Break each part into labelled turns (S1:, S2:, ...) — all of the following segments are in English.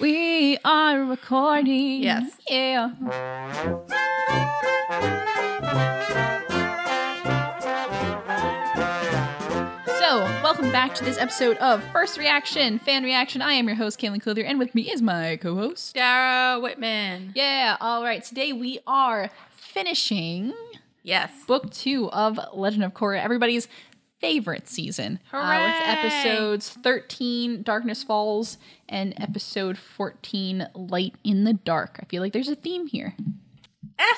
S1: We are recording.
S2: Yes.
S1: Yeah. So, welcome back to this episode of First Reaction, Fan Reaction. I am your host, Kaylin Clothier, and with me is my co host.
S2: Dara Whitman.
S1: Yeah, all right. Today we are finishing
S2: Yes.
S1: book two of Legend of Korra, everybody's favorite season. uh,
S2: Hooray!
S1: with episodes 13, Darkness Falls, and episode 14, Light in the Dark. I feel like there's a theme here.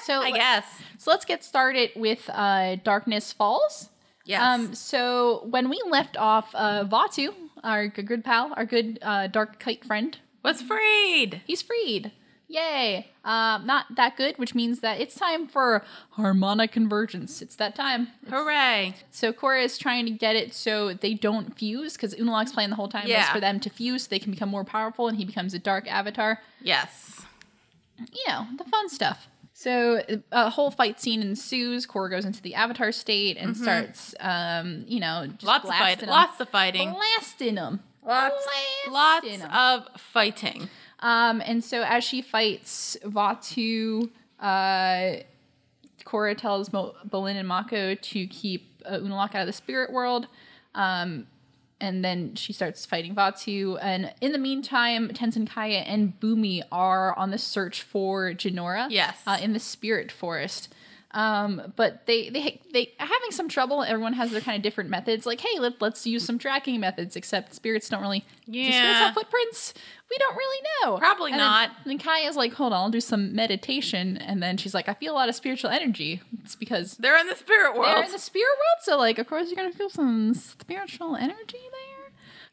S1: so,
S2: Eh, I guess.
S1: so let's get started with uh, Darkness Falls.
S2: Yes.
S1: Um, so when we left off, uh, Vatu, our good, good pal, our good uh, dark kite friend,
S2: was freed.
S1: He's freed. Yay. Um, not that good, which means that it's time for harmonic convergence. It's that time.
S2: Hooray.
S1: So Korra is trying to get it so they don't fuse, because Unalaq's plan the whole time was
S2: Yeah.
S1: for them to fuse so they can become more powerful and he becomes a dark avatar.
S2: Yes.
S1: You know, the fun stuff. So a whole fight scene ensues. Korra goes into the avatar state and starts, um, you know, just
S2: Mm-hmm. Lots of
S1: blasting
S2: fighting.
S1: 'em.
S2: Lots of fighting.
S1: Blasting 'em.
S2: Lots. Lots
S1: Blasting 'em.
S2: of fighting.
S1: Um, and so as she fights Vatu, uh, Korra tells Mo- Bolin and Mako to keep uh, Unalak out of the spirit world. Um, and then she starts fighting Vatu. And in the meantime, Tenzin Kaya and Bumi are on the search for Jinora.
S2: Yes.
S1: Uh, in the spirit forest. Um, but they, they they are having some trouble. Everyone has their kind of different methods. Like, hey, let, let's use some tracking methods. Except spirits don't really. Do spirits
S2: Yeah.
S1: have footprints? We don't really know.
S2: Probably
S1: And
S2: not.
S1: Then, and then Kaya's like, hold on, I'll do some meditation. And then she's like, I feel a lot of spiritual energy. It's because
S2: They're in the spirit world.
S1: they're in the spirit world, so like, of course, you're gonna feel some spiritual energy there.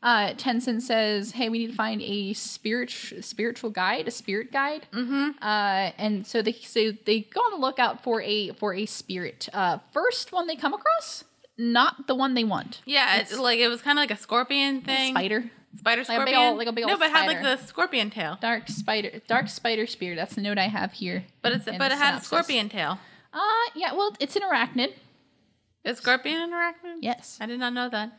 S1: Uh, Tenzin says, "Hey, we need to find a spirit spiritual guide, a spirit guide." Mm-hmm. Uh, and so they so they go on the lookout for a for a spirit. Uh, first one they come across, not the one they want.
S2: yeah, it's, like it was kind of like a scorpion
S1: A
S2: thing.
S1: spider,
S2: Spider
S1: Like a
S2: scorpion.
S1: big ol- like a big
S2: no,
S1: ol'
S2: but it had
S1: spider.
S2: like the scorpion tail.
S1: dark spider, dark spider spirit. That's the note I have here.
S2: But it's
S1: in
S2: but
S1: the
S2: it had a
S1: synopsis.
S2: scorpion tail.
S1: Uh, yeah. Well, it's an arachnid.
S2: Is scorpion an arachnid?
S1: Yes,
S2: I did not know that.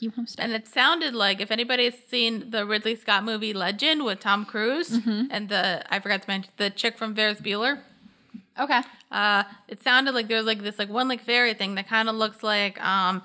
S1: you have stuff.
S2: And it sounded like if anybody's seen the Ridley Scott movie Legend with Tom Cruise
S1: Mm-hmm.
S2: and the I forgot to mention the chick from Ferris Bueller.
S1: Okay.
S2: Uh, it sounded like there was like this like one like fairy thing that kind of looks like um,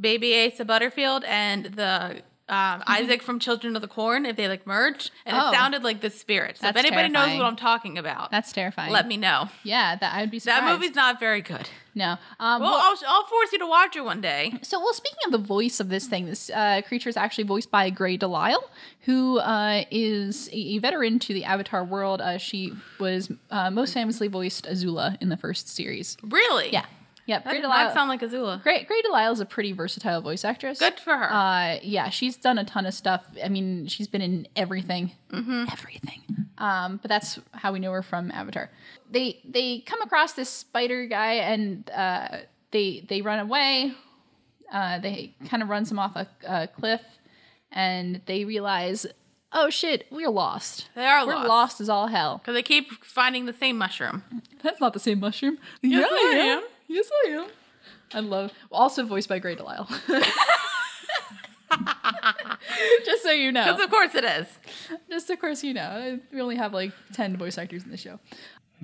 S2: Baby Asa Butterfield and the um, Isaac from Children of the Corn if they like merge. And
S1: Mm-hmm. Oh.
S2: it sounded like the spirit. So if
S1: That's
S2: anybody knows
S1: terrifying.
S2: what I'm talking about,
S1: That's terrifying.
S2: let me know.
S1: Yeah, that I'd be surprised.
S2: That movie's not very good.
S1: No. Um,
S2: Well,
S1: well-
S2: I'll, I'll force you to watch it one day.
S1: so, well, speaking of the voice of this thing, this uh, creature is actually voiced by Gray Delisle, who uh, is a, a veteran to the Avatar world. Uh, she was uh, most famously voiced Azula in the first series.
S2: Really?
S1: Yeah. Yep.
S2: That
S1: Gray
S2: did not
S1: Delisle.
S2: sound like Azula.
S1: Gray, Gray Delisle is a pretty versatile voice actress.
S2: Good for her.
S1: Uh, yeah, she's done a ton of stuff. I mean, she's been in everything, everything. Um, but that's how we know her from Avatar. They they come across this spider guy and uh, they they run away. Uh, they kind of runs him off a, a cliff, and they realize, oh shit, we're lost.
S2: they are
S1: We're
S2: lost.
S1: lost. as all hell.
S2: Because they keep finding the same mushroom.
S1: That's not the same mushroom.
S2: Yes, I am.
S1: Yes, I am. I love. Also voiced by Gray Delisle. Just so you know.
S2: Because of course it is.
S1: Just of course, you know, we only have like 10 voice actors in the show.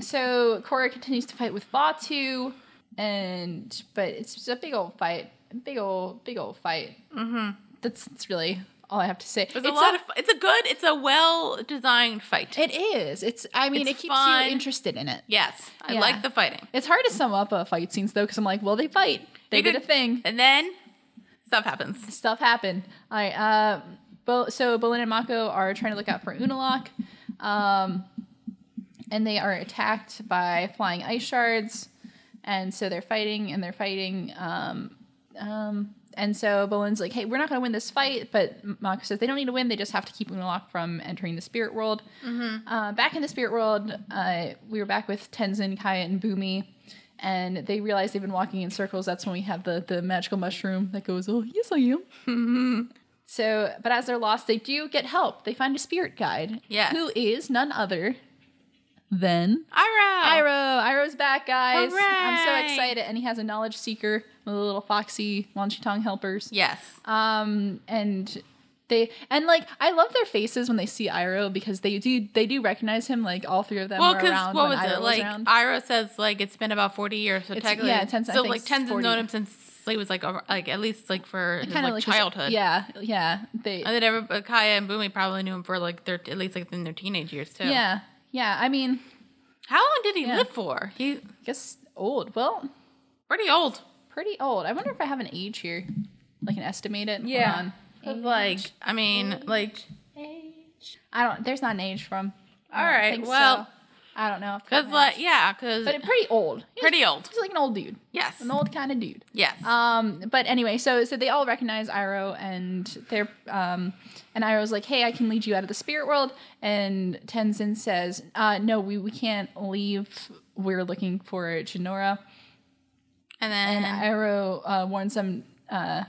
S1: So Korra continues to fight with Batu, and but it's just a big old fight, a big old, big old fight. Mm-hmm. That's, that's really all I have to say.
S2: There's a lot of. It's a good. It's a well designed fight.
S1: It is. It's. I mean,
S2: It's
S1: it keeps
S2: fun.
S1: you interested in it.
S2: yes, I
S1: Yeah.
S2: like the fighting.
S1: It's hard to sum up a fight scenes though, because I'm like, well, they fight. They
S2: You
S1: did
S2: could-
S1: a thing.
S2: And then stuff happens.
S1: stuff happened. All right. Uh, Bo- so Bolin and Mako are trying to look out for Unalak, um, and they are attacked by flying ice shards, and so they're fighting and they're fighting. Um, um, and so Bolin's like, "Hey, we're not going to win this fight," but M- Mako says they don't need to win; they just have to keep Unalak from entering the spirit world. Uh, back in the spirit world, uh, we were back with Tenzin, Kaya, and Bumi, and they realize they've been walking in circles. That's when we have the the magical mushroom that goes, "Oh, yes, I am." so, but as they're lost, they do get help. They find a spirit guide,
S2: Yes.
S1: who is none other than
S2: Ira.
S1: Iroh. Iroh's back, guys! I'm so
S2: Hooray.
S1: excited, and he has a knowledge seeker, one of the little foxy Wanchitong helpers.
S2: Yes.
S1: Um, and They and like I love their faces when they see Iro because they do they do recognize him. Like all three of them
S2: Well,
S1: were
S2: because
S1: around
S2: what
S1: when
S2: was
S1: Iroh
S2: it like?
S1: around.
S2: Ira says like it's been about forty years. So
S1: It's-
S2: technically,
S1: yeah, Tenzin- I
S2: so
S1: think
S2: like
S1: it's
S2: Tenzin's
S1: 40.
S2: known him since he was like over, like at least like for his,
S1: Kinda
S2: like,
S1: his-
S2: childhood.
S1: yeah, yeah. They
S2: and then every, Kaya and Boomy probably knew him for like their at least like in their teenage years too.
S1: yeah yeah. I mean,
S2: How long did he
S1: Yeah.
S2: live for? He
S1: I guess old. Well,
S2: pretty old.
S1: pretty old. I wonder if I have an age here, like an estimated. Hold
S2: Yeah.
S1: on.
S2: Like I mean, like
S1: I don't. There's not an age from.
S2: All
S1: I don't
S2: right,
S1: think
S2: well-
S1: so. I don't know. if
S2: because
S1: that
S2: like
S1: matters.
S2: yeah, because
S1: but pretty old. He's-
S2: pretty old.
S1: He's like an old dude,
S2: Yes,
S1: an old kind of dude.
S2: yes.
S1: Um, but anyway, so so they all recognize Iroh, and they're um, and Iroh's like, "Hey, I can lead you out of the spirit world." And Tenzin says, uh, "No, we we can't leave. We're looking for Jinora."
S2: and then
S1: And Iroh uh, warns them uh,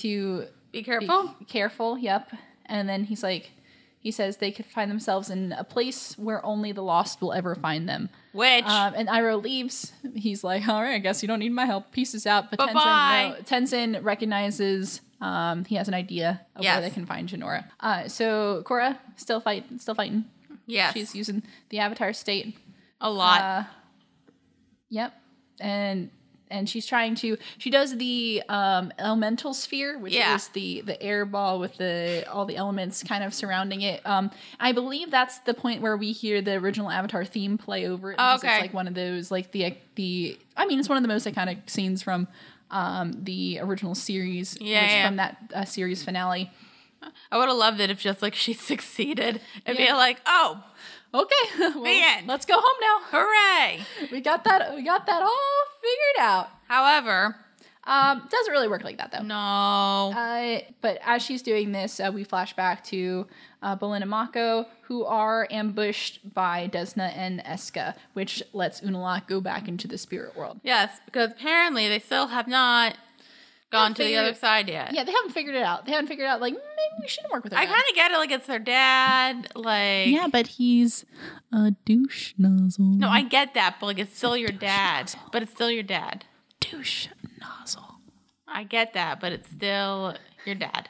S1: to
S2: be
S1: be
S2: careful.
S1: careful. Yep. And then he's like, he says they could find themselves in a place where only the lost will ever find them.
S2: Which
S1: Um, and Iroh leaves. He's like, all right, I guess you don't need my help. Pieces out. But
S2: Bye-bye.
S1: Tenzin, no, Tenzin recognizes um, he has an idea of
S2: Yes.
S1: where they can find Jinora. Uh, so Korra still fight, still fighting.
S2: yes,
S1: She's using the Avatar state.
S2: a lot.
S1: Uh, yep. And and she's trying to she does the um, elemental sphere, which
S2: Yeah.
S1: is the the air ball with the all the elements kind of surrounding it. Um, I believe that's the point where we hear the original Avatar theme play over. It because
S2: Okay.
S1: It's like one of those like the the I mean it's one of the most iconic scenes from um, the original series.
S2: Yeah,
S1: which
S2: yeah.
S1: From that uh, series finale.
S2: I would have loved it if just like she succeeded and
S1: Yeah.
S2: be like, oh,
S1: Okay. well,
S2: The end.
S1: Let's go home
S2: hooray.
S1: now. We got that. We got that all figured out.
S2: However,
S1: Um, doesn't really work like that though.
S2: no.
S1: Uh, but as she's doing this, uh, we flash back to uh, Bolin and Mako, who are ambushed by Desna and Eska, which lets Unalak go back into the spirit world.
S2: yes, because apparently they still have not gone to the
S1: figured-
S2: other side yet.
S1: Yeah, they haven't figured it out. They haven't figured out, like, maybe we shouldn't work with her.
S2: I
S1: then.
S2: kind of get it. Like, it's their dad. Like,
S1: but he's a douche nozzle.
S2: no, I get that, but like, it's still your dad. But it's still your dad.
S1: douche nozzle.
S2: I get that, but it's still your dad.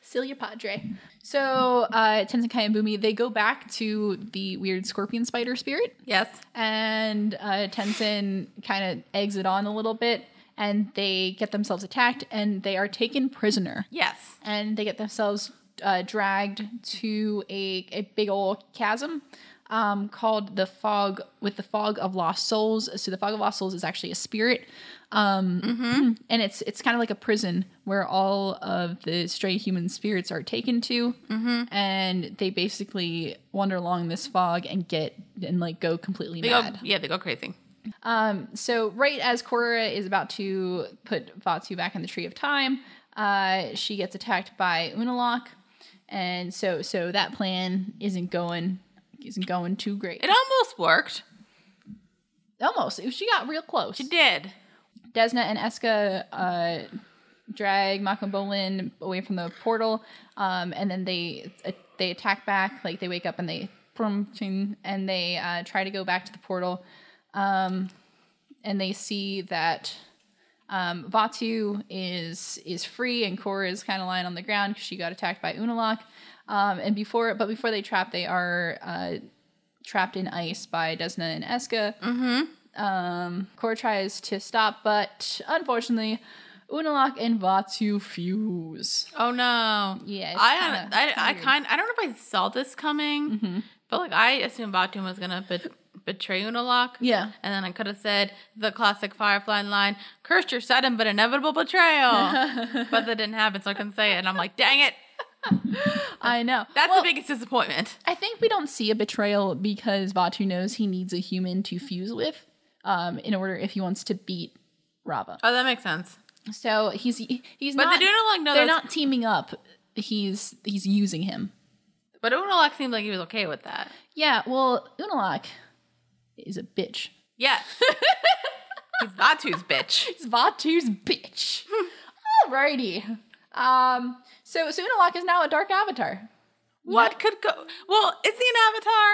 S1: Celia Padre. So, uh, Tensenkai and Bumi, they go back to the weird scorpion spider spirit.
S2: Yes.
S1: and uh, Tenzin kind of eggs it on a little bit, and they get themselves attacked, and they are taken prisoner,
S2: Yes.
S1: and they get themselves uh, dragged to a, a big old chasm um, called the fog with the fog of lost souls. So the fog of lost souls is actually a spirit, um,
S2: Mm-hmm.
S1: and it's it's kind of like a prison where all of the stray human spirits are taken to,
S2: Mm-hmm.
S1: and they basically wander along this fog and get and like go completely
S2: They
S1: mad.
S2: go, yeah, they go crazy.
S1: Um, so right as Korra is about to put Vatsu back in the Tree of Time, uh, she gets attacked by Unalak, and so so that plan isn't going isn't going too great.
S2: It almost worked.
S1: Almost, she got real close.
S2: It did.
S1: Desna and Eska uh, drag Mako Bolin away from the portal, um, and then they they attack back. Like they wake up and they and they uh, try to go back to the portal, um, and they see that um, Vatu is is free and Korra is kind of lying on the ground because she got attacked by Unalak. Um, and before, but before they trap, they are uh, trapped in ice by Desna and Eska. Um, Korra tries to stop, but unfortunately, Unalak and Vatu fuse.
S2: Oh no!
S1: Yeah, it's
S2: I
S1: kinda-
S2: I,
S1: it's kinda
S2: I,
S1: weird. Mm-hmm.
S2: kind I don't know if I saw this coming, but like I assumed Batum was gonna bet- betray Unalak.
S1: Yeah.
S2: and then I could have said the classic Firefly line: "Cursed your sudden but inevitable betrayal," but that didn't happen, so I couldn't say it. And I'm like, dang it!
S1: I know.
S2: That's
S1: Well,
S2: the biggest disappointment.
S1: I think we don't see a betrayal because Vatu knows he needs a human to fuse with, um, in order if he wants to beat Rava.
S2: Oh, that makes sense.
S1: So he's he's
S2: But
S1: not.
S2: the Unalak no,
S1: they're
S2: that's,
S1: not teaming up. He's he's using him.
S2: But Unalak seemed like he was okay with that.
S1: Yeah. Well, Unalak is a bitch.
S2: Yes. He's Batu's bitch.
S1: It's Vatu's bitch. Alrighty. Um. So so Unalak is now a dark avatar.
S2: What could go? Well, is he an avatar?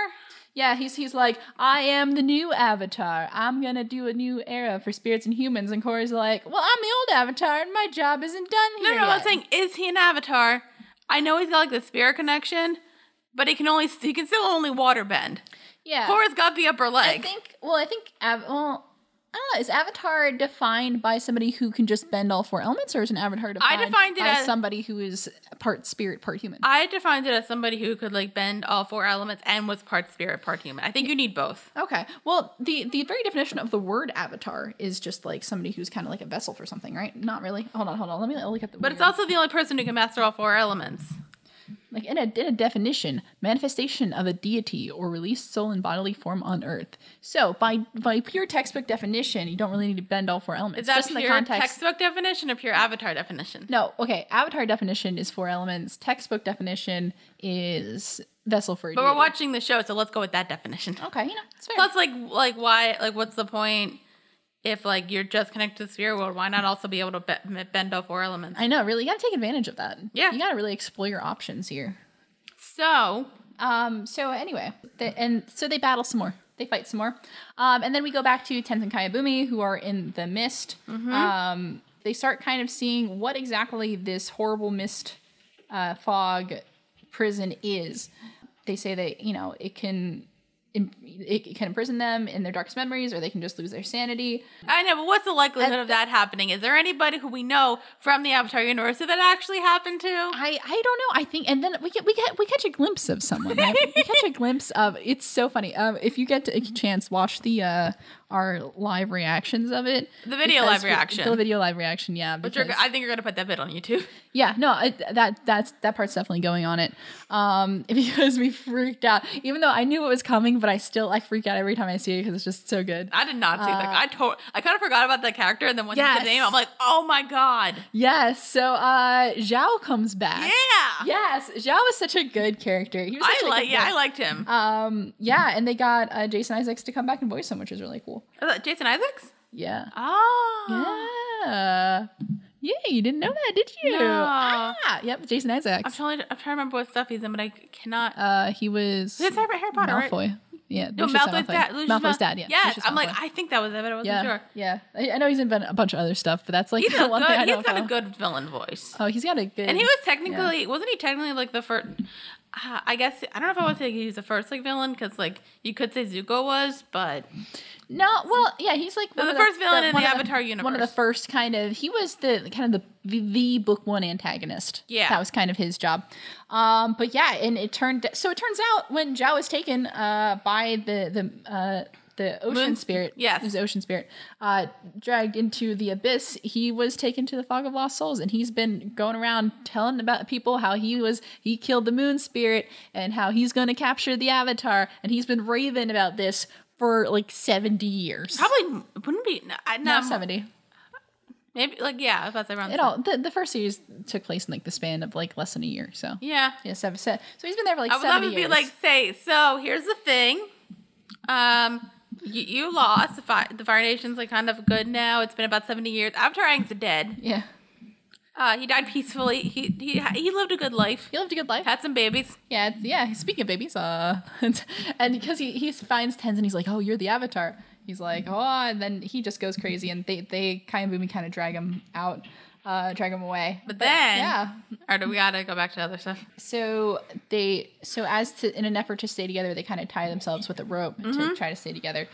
S1: Yeah, he's he's like, I am the new avatar. I'm gonna do a new era for spirits and humans. And Korra's like, Well, I'm the old avatar, and my job isn't done
S2: No,
S1: here.
S2: no, no, I'm
S1: yet."
S2: saying, is he an avatar? I know he's got like the spirit connection, but he can only he can still only water bend.
S1: Yeah.
S2: Korra's got the upper
S1: I
S2: leg.
S1: think. Well, I think. Av- well, I don't know. Is Avatar defined by somebody who can just bend all four elements, or is an Avatar defined,
S2: defined it
S1: by
S2: as-
S1: somebody who is part spirit, part human?
S2: I defined it as somebody who could like bend all four elements and was part spirit, part human. I think you need both.
S1: okay. Well, the the very definition of the word Avatar is just like somebody who's kind of like a vessel for something, right? Not really. Hold on, hold on. Let me I'll look at the.
S2: But it's
S1: word.
S2: also the only person who can master all four elements.
S1: Like in a, in a definition, manifestation of a deity or released soul in bodily form on earth. So by by pure textbook definition, you don't really need to bend all four elements.
S2: Is that
S1: just
S2: pure
S1: in the context.
S2: textbook definition or pure avatar definition?
S1: no, okay. Avatar definition is four elements. Textbook definition is vessel for. A
S2: But
S1: deity.
S2: we're watching the show, so let's go with that definition.
S1: Okay, you know it's fair.
S2: Plus, like, like why, like, what's the point if like you're just connected to the spirit world? Why not also be able to be- bend all four elements?
S1: I know. Really, you gotta take advantage of that.
S2: Yeah.
S1: you gotta really explore your options here.
S2: So
S1: Um. So anyway, they, and so they battle some more. They fight some more. Um. And then we go back to Tenzin Kayabumi, who are in the mist. Um. They start kind of seeing what exactly this horrible mist, uh, fog, prison is. They say that you know it can. im- It it can imprison them in their darkest memories, or they can just lose their sanity.
S2: I know, but what's the likelihood of that happening? Is there anybody who we know from the Avatar universe that that actually happened to?
S1: I, I don't know. I think, and then we get we get we catch a glimpse of someone. Right? we catch a glimpse of. It's so funny. Um, if you get a chance, watch the uh our live reactions of it.
S2: The video
S1: because
S2: live
S1: we-
S2: reaction.
S1: The video live reaction. Yeah.
S2: Which you're,
S1: because-
S2: I think you're gonna put that bit on YouTube.
S1: yeah. No. I, that that's that part's definitely going on it. Um, because we freaked out. Even though I knew it was coming, but I still I freak out every time I see it because it's just so good.
S2: I did not see that. I to- I kind of forgot about that character, and then once you
S1: Yes.
S2: said the name, I'm like, oh my god,
S1: Yes. So uh, Zhao comes
S2: yeah,
S1: back. Yes. Zhao was such a good character. He was.
S2: I
S1: such a
S2: like,
S1: good
S2: yeah,
S1: boy.
S2: I liked him.
S1: Um, yeah, and they got uh, Jason Isaacs to come back and voice him, which is really cool.
S2: Is that Jason Isaacs.
S1: Yeah.
S2: Oh,
S1: Yeah. Yeah, you didn't know that, did you?
S2: No.
S1: Ah, yep, Jason
S2: I'm
S1: Isaacs.
S2: trying. I'm trying to remember what stuff he's in, but I cannot.
S1: Uh, he was
S2: It's Harry Harry Potter, right?
S1: Malfoy. Yeah,
S2: No,
S1: Lucius
S2: Malfoy's dad. Lucius
S1: Malfoy's
S2: Mal-
S1: dad. Yeah.
S2: Yes,
S1: Lucius
S2: I'm like,
S1: Malfoy.
S2: I think that was it. but I wasn't
S1: yeah,
S2: sure.
S1: yeah. I, I know he's in a bunch of other stuff, but that's like
S2: He's
S1: the
S2: a
S1: one
S2: good.
S1: thing I know.
S2: He's got a
S1: about.
S2: good villain voice.
S1: oh, he's got a good.
S2: And he was technically, wasn't he technically like the first? Uh, I guess I don't know if I would say he was the first like villain because like you could say Zuko was, but
S1: No, well, yeah, he's like one
S2: the
S1: of
S2: first villain in
S1: one
S2: the
S1: of
S2: Avatar
S1: One of the
S2: universe.
S1: first kind of he was the kind of the the book one antagonist.
S2: Yeah.
S1: that was kind of his job. Um, but yeah, and it turned so it turns out when Zhao is taken uh, by the the uh, the ocean
S2: Moon-
S1: spirit,
S2: yes.
S1: his ocean spirit, uh, dragged into the abyss. He was taken to the fog of lost souls, and he's been going around telling about people how he was he killed the moon spirit and how he's going to capture the avatar, and he's been raving about this. For like seventy years,
S2: probably wouldn't be. No, I- no,
S1: no, 70.
S2: maybe like yeah, I was about to say around.
S1: It all the, the first series took place in like the span of like less than a year. So
S2: yeah.
S1: yeah, seven, se- so he's been there for like
S2: I would love
S1: seventy
S2: to
S1: years.
S2: be like say so. Here's the thing, um, you, you lost. The Fire, the Fire Nation's like kind of good now. It's been about seventy years. Avatar Aang's dead.
S1: yeah,
S2: Uh, he died peacefully. He he he lived a good life.
S1: he lived a good life.
S2: Had some babies.
S1: Yeah, it's, yeah. Speaking of babies, uh, and because he he finds Tenzin, he's like, oh, you're the Avatar. He's like, oh, and then he just goes crazy, and they they kind of kind of drag him out, uh, drag him away.
S2: But then-
S1: yeah,
S2: Or do we gotta go back to other stuff?
S1: so they so as to in an effort to stay together, they kind of tie themselves with a rope to try to stay together.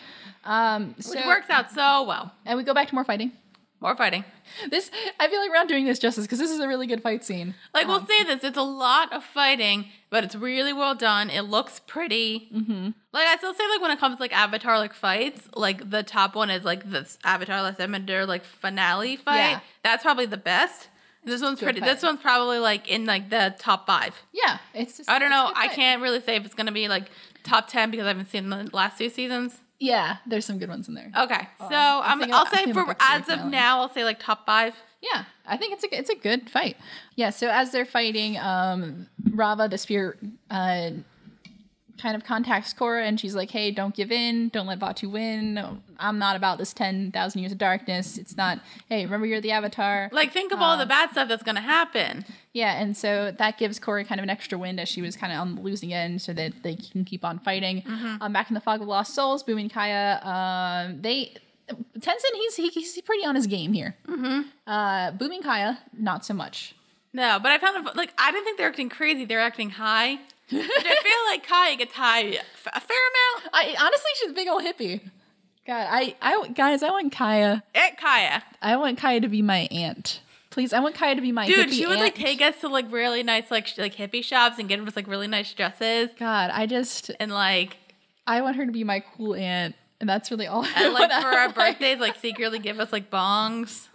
S1: Um, so
S2: Mm-hmm. Which works out so well.
S1: and we go back to more fighting.
S2: More fighting.
S1: This I feel like we're not doing this justice because this is a really good fight scene.
S2: Like we'll say this, it's a lot of fighting, but it's really well done. It looks pretty. Mm-hmm. Like I still say, like when it comes to, like Avatar like fights, like the top one is like this Avatar Last Airbender like finale fight.
S1: Yeah.
S2: That's probably the best. This one's
S1: good
S2: pretty.
S1: fight.
S2: This one's probably like in like the top five.
S1: Yeah, it's. Just,
S2: I don't
S1: it's a
S2: know.
S1: good
S2: I
S1: fight.
S2: can't really say if it's gonna be like top ten because I haven't seen the last two seasons.
S1: Yeah, there's some good ones in there.
S2: Okay, so
S1: Oh, I'm
S2: um,
S1: thinking-
S2: I'll
S1: I'm
S2: say
S1: thinking
S2: for
S1: about the
S2: as of
S1: finale.
S2: now, I'll say like top five.
S1: Yeah, I think it's a it's a good fight. Yeah, so as they're fighting, um, Rava the spear uh, kind of contacts Korra, and she's like, "Hey, don't give in. Don't let Vatu win. I'm not about this ten thousand years of darkness. It's not. Hey, remember you're the Avatar.
S2: Like think of all
S1: Oh.
S2: the bad stuff that's gonna happen.
S1: Yeah, and so that gives Corey kind of an extra wind as she was kind of on the losing end, so that they can keep on fighting.
S2: Mm-hmm.
S1: Um, back in the fog of lost souls, Boom and Kaya, um, they Tenzin, he's he, he's pretty on his game here. Mm-hmm. Uh, Boom and Kaya, not so much.
S2: No, but I found it, like I didn't think they were acting crazy. They were acting high. Which I feel like Kai gets high a fair amount.
S1: I honestly, she's a big old hippie. God, I, I, guys, I want Kaya.
S2: At Eh, Kaya,
S1: I want Kaya to be my aunt. Please, I want Kaya to be my
S2: dude,
S1: hippie
S2: she would
S1: aunt.
S2: like take us to like really nice like sh- like hippie shops and get us like really nice dresses
S1: God, I just,
S2: and like
S1: I want her to be my cool aunt, and that's really all. I
S2: and like
S1: want
S2: for
S1: out
S2: our
S1: of life.
S2: birthdays like secretly give us like bongs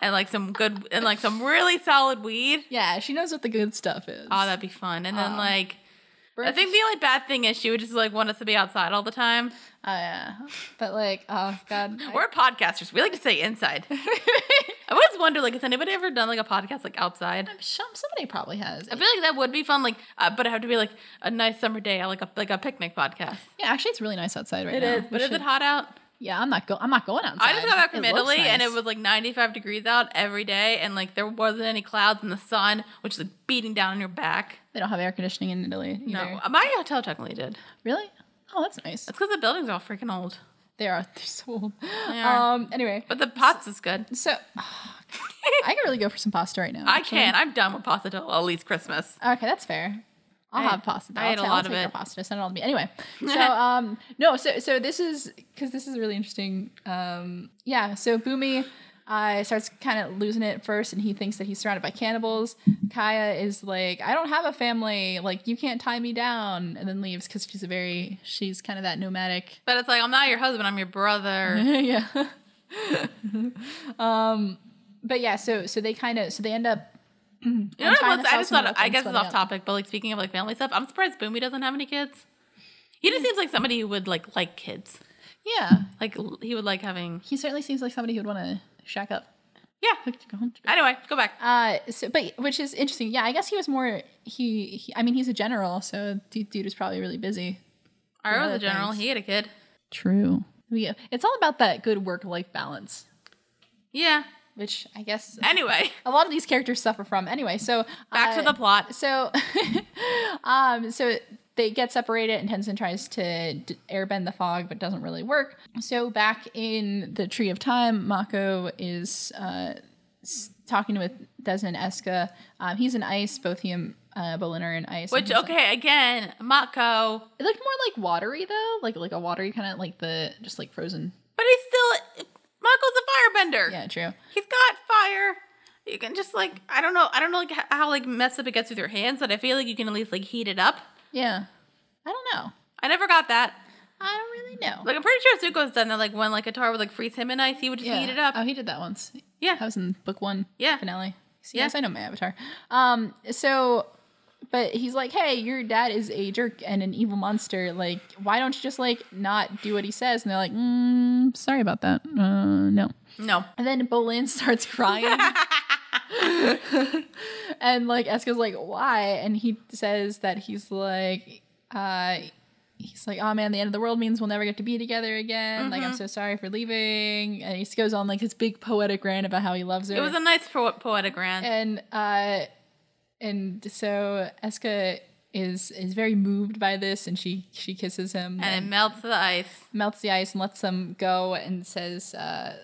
S2: and like some good and like some really solid weed.
S1: Yeah, she knows what the good stuff is.
S2: Oh, that'd be fun. And then
S1: Oh.
S2: like I
S1: Birth-
S2: think the only bad thing is she would just like want us to be outside all the time.
S1: Oh, yeah, but like, oh God, I-
S2: We're podcasters. We like to stay inside. I always wonder, like, has anybody ever done like a podcast like outside?
S1: Some- somebody probably has.
S2: I feel like that would be fun, like, uh, but it have to be like a nice summer day, like a like a picnic podcast.
S1: Yeah, actually, it's really nice outside right
S2: It
S1: now.
S2: is,
S1: We
S2: but is
S1: should-
S2: it hot out?
S1: Yeah, I'm not go. I'm not going outside.
S2: I just got back from
S1: It looks
S2: Italy, and
S1: nice.
S2: it was like 95 degrees out every day, and like there wasn't any clouds in the sun, which is like beating down on your back.
S1: They don't have air conditioning in Italy.
S2: No, uh,
S1: either.
S2: my hotel technically did.
S1: really? Oh, that's nice.
S2: That's because the building's all freaking old,
S1: They are they're so old.
S2: are.
S1: Um. Anyway,
S2: but the pasta's good.
S1: so I can really go for some pasta right now.
S2: I
S1: actually.
S2: can. I'm done with pasta till at least Christmas.
S1: Okay, that's fair. I'll
S2: I-
S1: have pasta.
S2: I
S1: I'll
S2: ate a
S1: ta- I'll
S2: lot of
S1: take your
S2: it.
S1: Pasta. Send it all to me. Anyway, so um, no, so so this is because this is really interesting. Um, yeah, so Boomy uh, starts kind of losing it first, and he thinks that he's surrounded by cannibals. Kaya is like, I don't have a family. Like you can't tie me down, and then leaves because she's a very she's kind of that nomadic.
S2: But it's like I'm not your husband. I'm your brother.
S1: yeah. um, but yeah, so so they kind of so they end up.
S2: You know what
S1: trying
S2: it was?
S1: to
S2: I
S1: sell
S2: just
S1: some
S2: thought,
S1: milk
S2: I
S1: and
S2: guess it's
S1: sweating
S2: off
S1: out.
S2: topic, but like speaking of like family stuff, I'm surprised Boomy doesn't have any kids. He just seems like somebody who would like like kids.
S1: Yeah,
S2: Like l- he would like having.
S1: he certainly seems like somebody who would want to shack up.
S2: Yeah.
S1: Go home to bed.
S2: Anyway, go back.
S1: Uh, so, but which is interesting. Yeah, I guess he was more. He, he I mean, he's a general, so dude, dude was probably really busy.
S2: Ira was
S1: other
S2: a general.
S1: things.
S2: He had a kid.
S1: True. Yeah, it's all about that good work life balance,
S2: Yeah.
S1: which I guess
S2: Anyway,
S1: a lot of these characters suffer from. Anyway, so
S2: back to
S1: uh,
S2: the plot.
S1: So, um, so they get separated, and Tenzin tries to d- airbend the fog, but doesn't really work. So back in the Tree of Time, Mako is uh, s- talking with Desmond Eska. Um, he's in ice. Both he and uh, Bolin are in ice. and
S2: Which
S1: he's like-
S2: okay, again, Mako,
S1: it looked more like watery though, like like a watery kind of like the just like frozen.
S2: but he's still Mako's a firebender.
S1: Yeah, true.
S2: He's got fire. You can just like I don't know I don't know like h- how like messed up it gets with your hands, but I feel like you can at least like heat it up.
S1: Yeah, I don't know.
S2: I never got that.
S1: I don't really know.
S2: Like I'm pretty sure Zuko's done that. Like when like Katara would like freeze him in ice, he would just
S1: yeah.
S2: heat it up.
S1: Oh, he did that once. That
S2: yeah,
S1: was in book one.
S2: yeah.
S1: finale. So
S2: Yeah.
S1: Yes, I know my avatar. Um, so, but he's like, hey, your dad is a jerk and an evil monster. Like, why don't you just like not do what he says? And they're like, mm, sorry about that. Uh, no.
S2: No,
S1: And then Bolin starts crying, and like Eska's like, why? And he says that he's like, uh. He's like, oh man, the end of the world means we'll never get to be together again. Like,
S2: Mm-hmm.
S1: I'm so sorry for leaving. And he just goes on like his big poetic rant about how he loves her
S2: it was a nice po- poetic rant.
S1: and uh and so Eska is is very moved by this and she she kisses him
S2: and it
S1: and,
S2: melts the ice.
S1: melts the ice and lets them go and says uh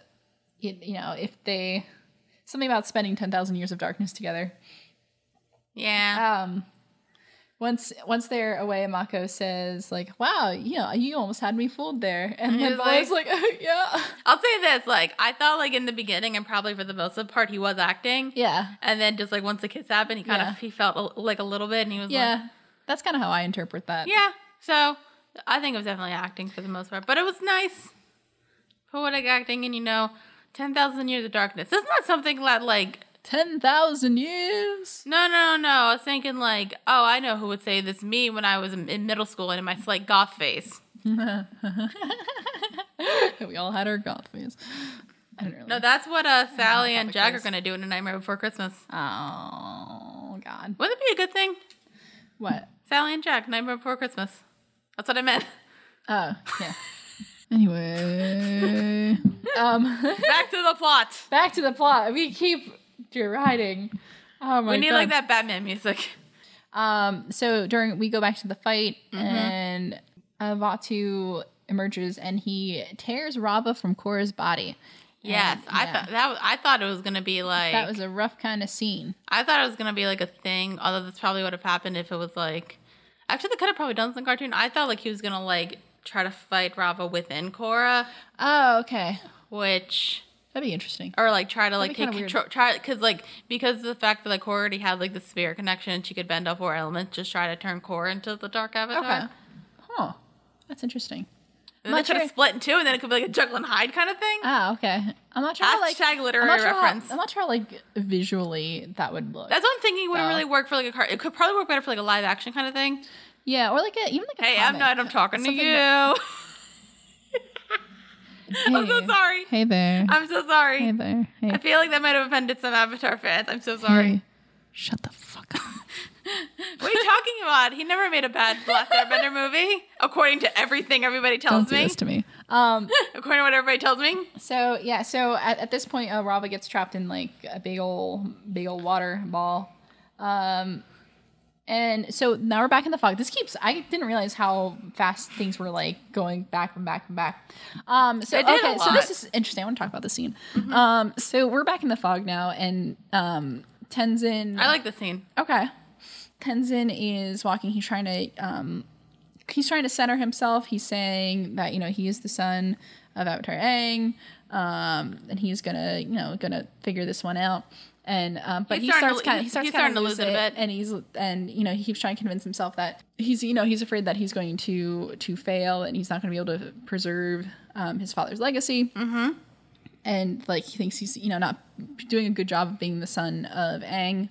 S1: you, you know if they something about spending 10,000 years of darkness together
S2: Yeah.
S1: um once once they're away Mako says like wow you know you almost had me fooled there and then
S2: he's
S1: Bala's like, yeah
S2: I'll say this: like I thought, like in the beginning, and probably for the most of the part, he was acting.
S1: yeah
S2: And then just like once the kiss happened, he kind
S1: Yeah.
S2: of he felt a, like a little bit, and he was like,
S1: yeah that's kind of how I interpret that
S2: yeah. So I think it was definitely acting for the most part, but it was nice poetic acting, and you know, ten thousand years of darkness. It's not something that like
S1: 10,000 years
S2: No, no, no. I was thinking like, oh, I know who would say this. Me when I was in in middle school and in my slight goth phase.
S1: we all had our goth phase. I don't really.
S2: No, that's what uh, Sally and
S1: topic
S2: Jack
S1: is-
S2: are gonna do in A Nightmare Before Christmas.
S1: oh God.
S2: Wouldn't it be a good thing?
S1: What?
S2: Sally and Jack, Nightmare Before Christmas. That's what I meant.
S1: Oh yeah. anyway, um,
S2: Back to the plot.
S1: back to the plot. We keep deriding. Oh my
S2: We need
S1: God.
S2: like that Batman music.
S1: Um, so during we go back to the fight
S2: Mm-hmm.
S1: and uh, Vatu emerges and he tears Rava from Korra's body.
S2: Yes,
S1: And,
S2: I
S1: yeah.
S2: thought that was, I thought it was gonna be like
S1: that was a rough kind of scene.
S2: I thought it was gonna be like a thing. Although this probably would have happened if it was like actually they could have probably done this in cartoon. I thought like he was gonna like try to fight Rava within Korra,
S1: Oh, okay.
S2: which
S1: That'd be interesting.
S2: or like try to like
S1: That'd be kinda
S2: take
S1: weird.
S2: control try because like because of the fact that like Korra already had like the sphere connection and she could bend all four elements just try to turn Korra into the dark avatar
S1: Okay. Uh, Huh. That's interesting.
S2: and they
S1: Much
S2: could
S1: or-
S2: have split in two and then it could be like a Jekyll and Hyde kind of thing
S1: Ah, okay. I'm not trying to like uh,
S2: Hashtag literary
S1: I'm not sure how-
S2: reference.
S1: I'm not sure how, like visually that would look.
S2: that's what I'm thinking would
S1: Valid.
S2: really work for like a car it could probably work better for like a live action kind of thing
S1: yeah, or like a, even like a
S2: hey I'm
S1: comic.
S2: not I'm talking
S1: Oh
S2: to
S1: Something
S2: you
S1: that-
S2: I'm so
S1: Hey.
S2: sorry
S1: hey there.
S2: I'm so sorry
S1: hey there. Hey.
S2: I feel like that might have offended some Avatar fans I'm so sorry
S1: Hey. Shut the fuck up.
S2: what are you talking about he never made a bad Last Airbender movie according to everything everybody tells
S1: Don't do
S2: me
S1: this to me. Um.
S2: according to what everybody tells me
S1: So yeah. So at, at this point, uh, Rava gets trapped in like a big old big old water ball. Um. And so now we're back in the fog. This keeps. I didn't realize how fast things were like going back and back and back. Um, so
S2: It did a
S1: okay, so
S2: lot. Mm-hmm.
S1: this is interesting. I want to talk about this scene. Um, so we're back in the fog now, and um, Tenzin.
S2: I like the scene.
S1: Okay. Tenzin is walking. He's trying to um, he's trying to center himself. He's saying that you know he is the son of Avatar Aang, um, and he's gonna you know gonna figure this one out. And um, but
S2: He's
S1: he
S2: starting
S1: starts
S2: to lo-
S1: kind of he
S2: he's-
S1: starts
S2: he's
S1: kind
S2: starting
S1: of
S2: to
S1: lose it,
S2: lose it a bit.
S1: and he's and you know he keeps trying to convince himself that he's you know he's afraid that he's going to to fail and he's not going to be able to preserve um, his father's legacy
S2: Mm-hmm.
S1: and like he thinks he's you know not doing a good job of being the son of Aang,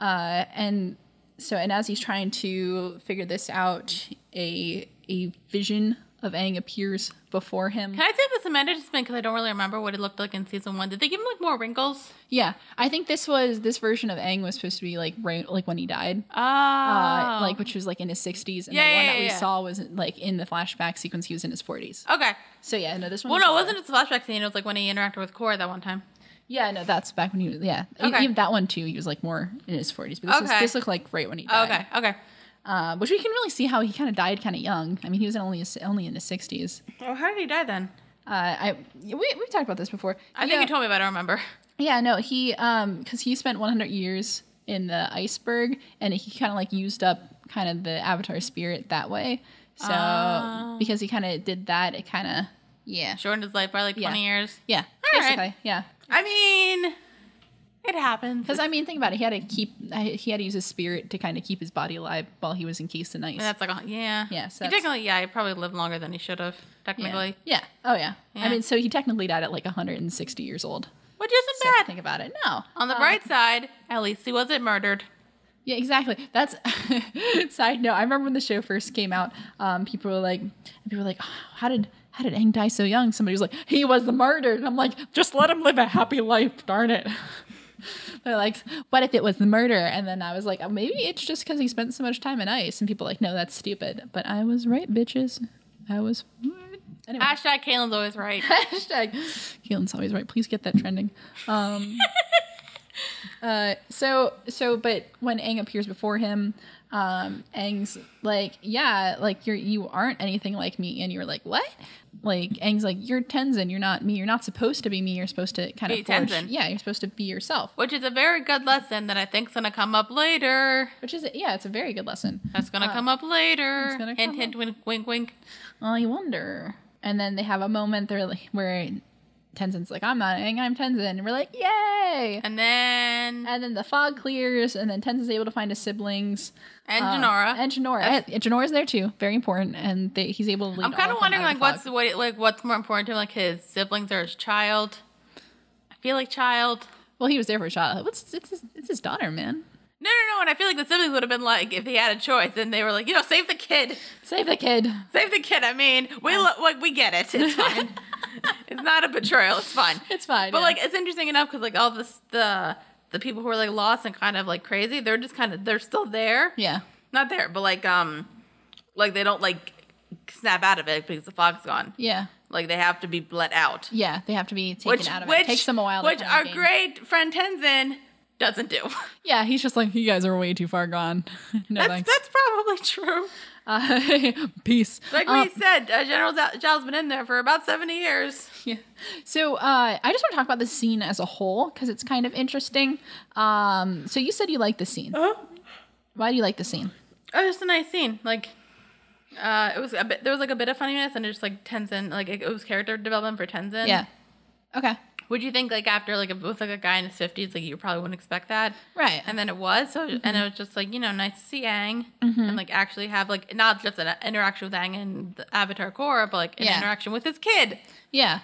S1: uh, and so and as he's trying to figure this out, a a vision of Aang appears before him.
S2: Can I say this Amanda just because I don't really remember what it looked like in season one. Did they give him like more wrinkles?
S1: Yeah, I think this was this version of Aang was supposed to be like right like when he died,
S2: Oh,
S1: uh, like which was like in his sixties, and
S2: Yeah,
S1: the one
S2: yeah,
S1: that we
S2: yeah.
S1: saw was like in the flashback sequence he was in his forties.
S2: okay.
S1: So yeah, no, this one.
S2: Well,
S1: was
S2: no, it
S1: older.
S2: wasn't his flashback scene. It was like when he interacted with Korra that one time.
S1: Yeah, no, that's back when he was. Yeah, E-
S2: Okay.
S1: even that one too. He was like more in his forties, but this, was,
S2: Okay.
S1: this looked like right when he died.
S2: Okay, okay.
S1: uh, which we can really see how he kind of died kind of young. I mean, he was in only his, only in his sixties.
S2: Well, how did he die then?
S1: Uh, I we we've talked about this before.
S2: I
S1: yeah,
S2: think you told me, but I don't remember.
S1: yeah, no, he um because he spent 100 years in the iceberg, and he kind of like used up kind of the avatar spirit that way. So
S2: Ah.
S1: because he kind of did that, it kind of yeah
S2: Shortened his life by like
S1: Yeah.
S2: 20 years.
S1: yeah
S2: All right.
S1: basically yeah.
S2: I mean, it happens.
S1: Because I mean, think about it. He had to keep he had to use his spirit to kind of keep his body alive while he was encased in ice.
S2: And that's like, a, yeah.
S1: Yeah, so
S2: He
S1: that's-
S2: technically, yeah, he probably lived longer than he should have,
S1: yeah.
S2: technically.
S1: yeah. Oh yeah. I
S2: Yeah.
S1: mean, so he technically died at like 160 years old.
S2: Which isn't
S1: So
S2: bad.
S1: think about it. No.
S2: On the
S1: Um,
S2: bright side, at least he wasn't murdered.
S1: Yeah, exactly. That's side note. I remember when the show first came out, um, people were like, people were like, "Oh, how did how did Aang die so young? Somebody was like, he was the murdered. And I'm like, just let him live a happy life, darn it. They're like, what if it was the murder? And then I was like, oh, maybe it's just because he spent so much time in ice. And people are like, no, that's stupid. But I was right, bitches. I was. Anyway.
S2: Hashtag Kaylin's always right.
S1: Hashtag Keelan's always right. Please get that trending. Um, uh, so so, but when Aang appears before him, um, Aang's like, yeah, like you're you aren't anything like me, and you're like, what? Like Aang's like, you're Tenzin, you're not me, you're not supposed to be me, you're supposed to kind
S2: Be
S1: of forge-
S2: Tenzin.
S1: yeah, you're supposed to be yourself.
S2: which is a very good lesson that I think's gonna come up later.
S1: Which is yeah, it's a very good lesson.
S2: That's gonna come up later.
S1: Uh, it's gonna
S2: hint,
S1: come
S2: hint, wink, wink, wink.
S1: I wonder. And then they have a moment there like, where Tenzin's like, I'm not Aang, I'm Tenzin, and we're like, yay!
S2: And then
S1: And then the fog clears, and then Tenzin's able to find his siblings.
S2: and
S1: Um,
S2: Janara.
S1: and Janora.
S2: That's-
S1: And Janora's there too. Very important. And they, he's able to lead
S2: I'm kind
S1: all
S2: of
S1: them
S2: wondering
S1: out
S2: like
S1: of
S2: what's
S1: the
S2: what like what's more important to him, like his siblings or his child. I feel like child.
S1: fog. Well, he was there for a child. What's, it's, his, it's his daughter, man.
S2: No, no, no. And I feel like the siblings would have been like if they had a choice, and they were like, you know, save the kid,
S1: Save the kid.
S2: save the kid. I mean, we lo- like we get it. It's fine. it's not a betrayal. It's fine.
S1: It's fine.
S2: But
S1: yeah.
S2: like it's interesting enough because like all this the the people who are like lost and kind of like crazy, they're just kind of they're still there.
S1: yeah.
S2: Not there, but like um, like they don't like snap out of it because the fog's gone.
S1: Yeah.
S2: Like they have to be let out,
S1: Yeah. They have to be taken
S2: which
S1: out of
S2: which
S1: it. Takes them a while to
S2: Which
S1: kind of
S2: our
S1: gain-
S2: great friend Tenzin doesn't do.
S1: Yeah. He's just like, you guys are way too far gone. no
S2: that's
S1: thanks.
S2: that's probably true.
S1: Uh, peace.
S2: Like
S1: Um,
S2: we said, uh, General Zha- Zhao's been in there for about 70 years.
S1: Yeah. So uh, I just want to talk about the scene as a whole because it's kind of interesting. Um, so you said you like the scene.
S2: Huh?
S1: Why do you like the scene?
S2: It was just a nice scene. Like, uh, it was a bit, there was like a bit of funniness and just like Tenzin, like it, it was character development for Tenzin.
S1: Yeah. Okay.
S2: Would you think like after like a, with like a guy in his 50s, like you probably wouldn't expect that?
S1: Right.
S2: And then it was, so
S1: Mm-hmm.
S2: and it was just like you know, nice to see Aang and like actually have like not just an interaction with Aang and the Avatar Korra, but like an
S1: Yeah.
S2: interaction with his kid.
S1: Yeah.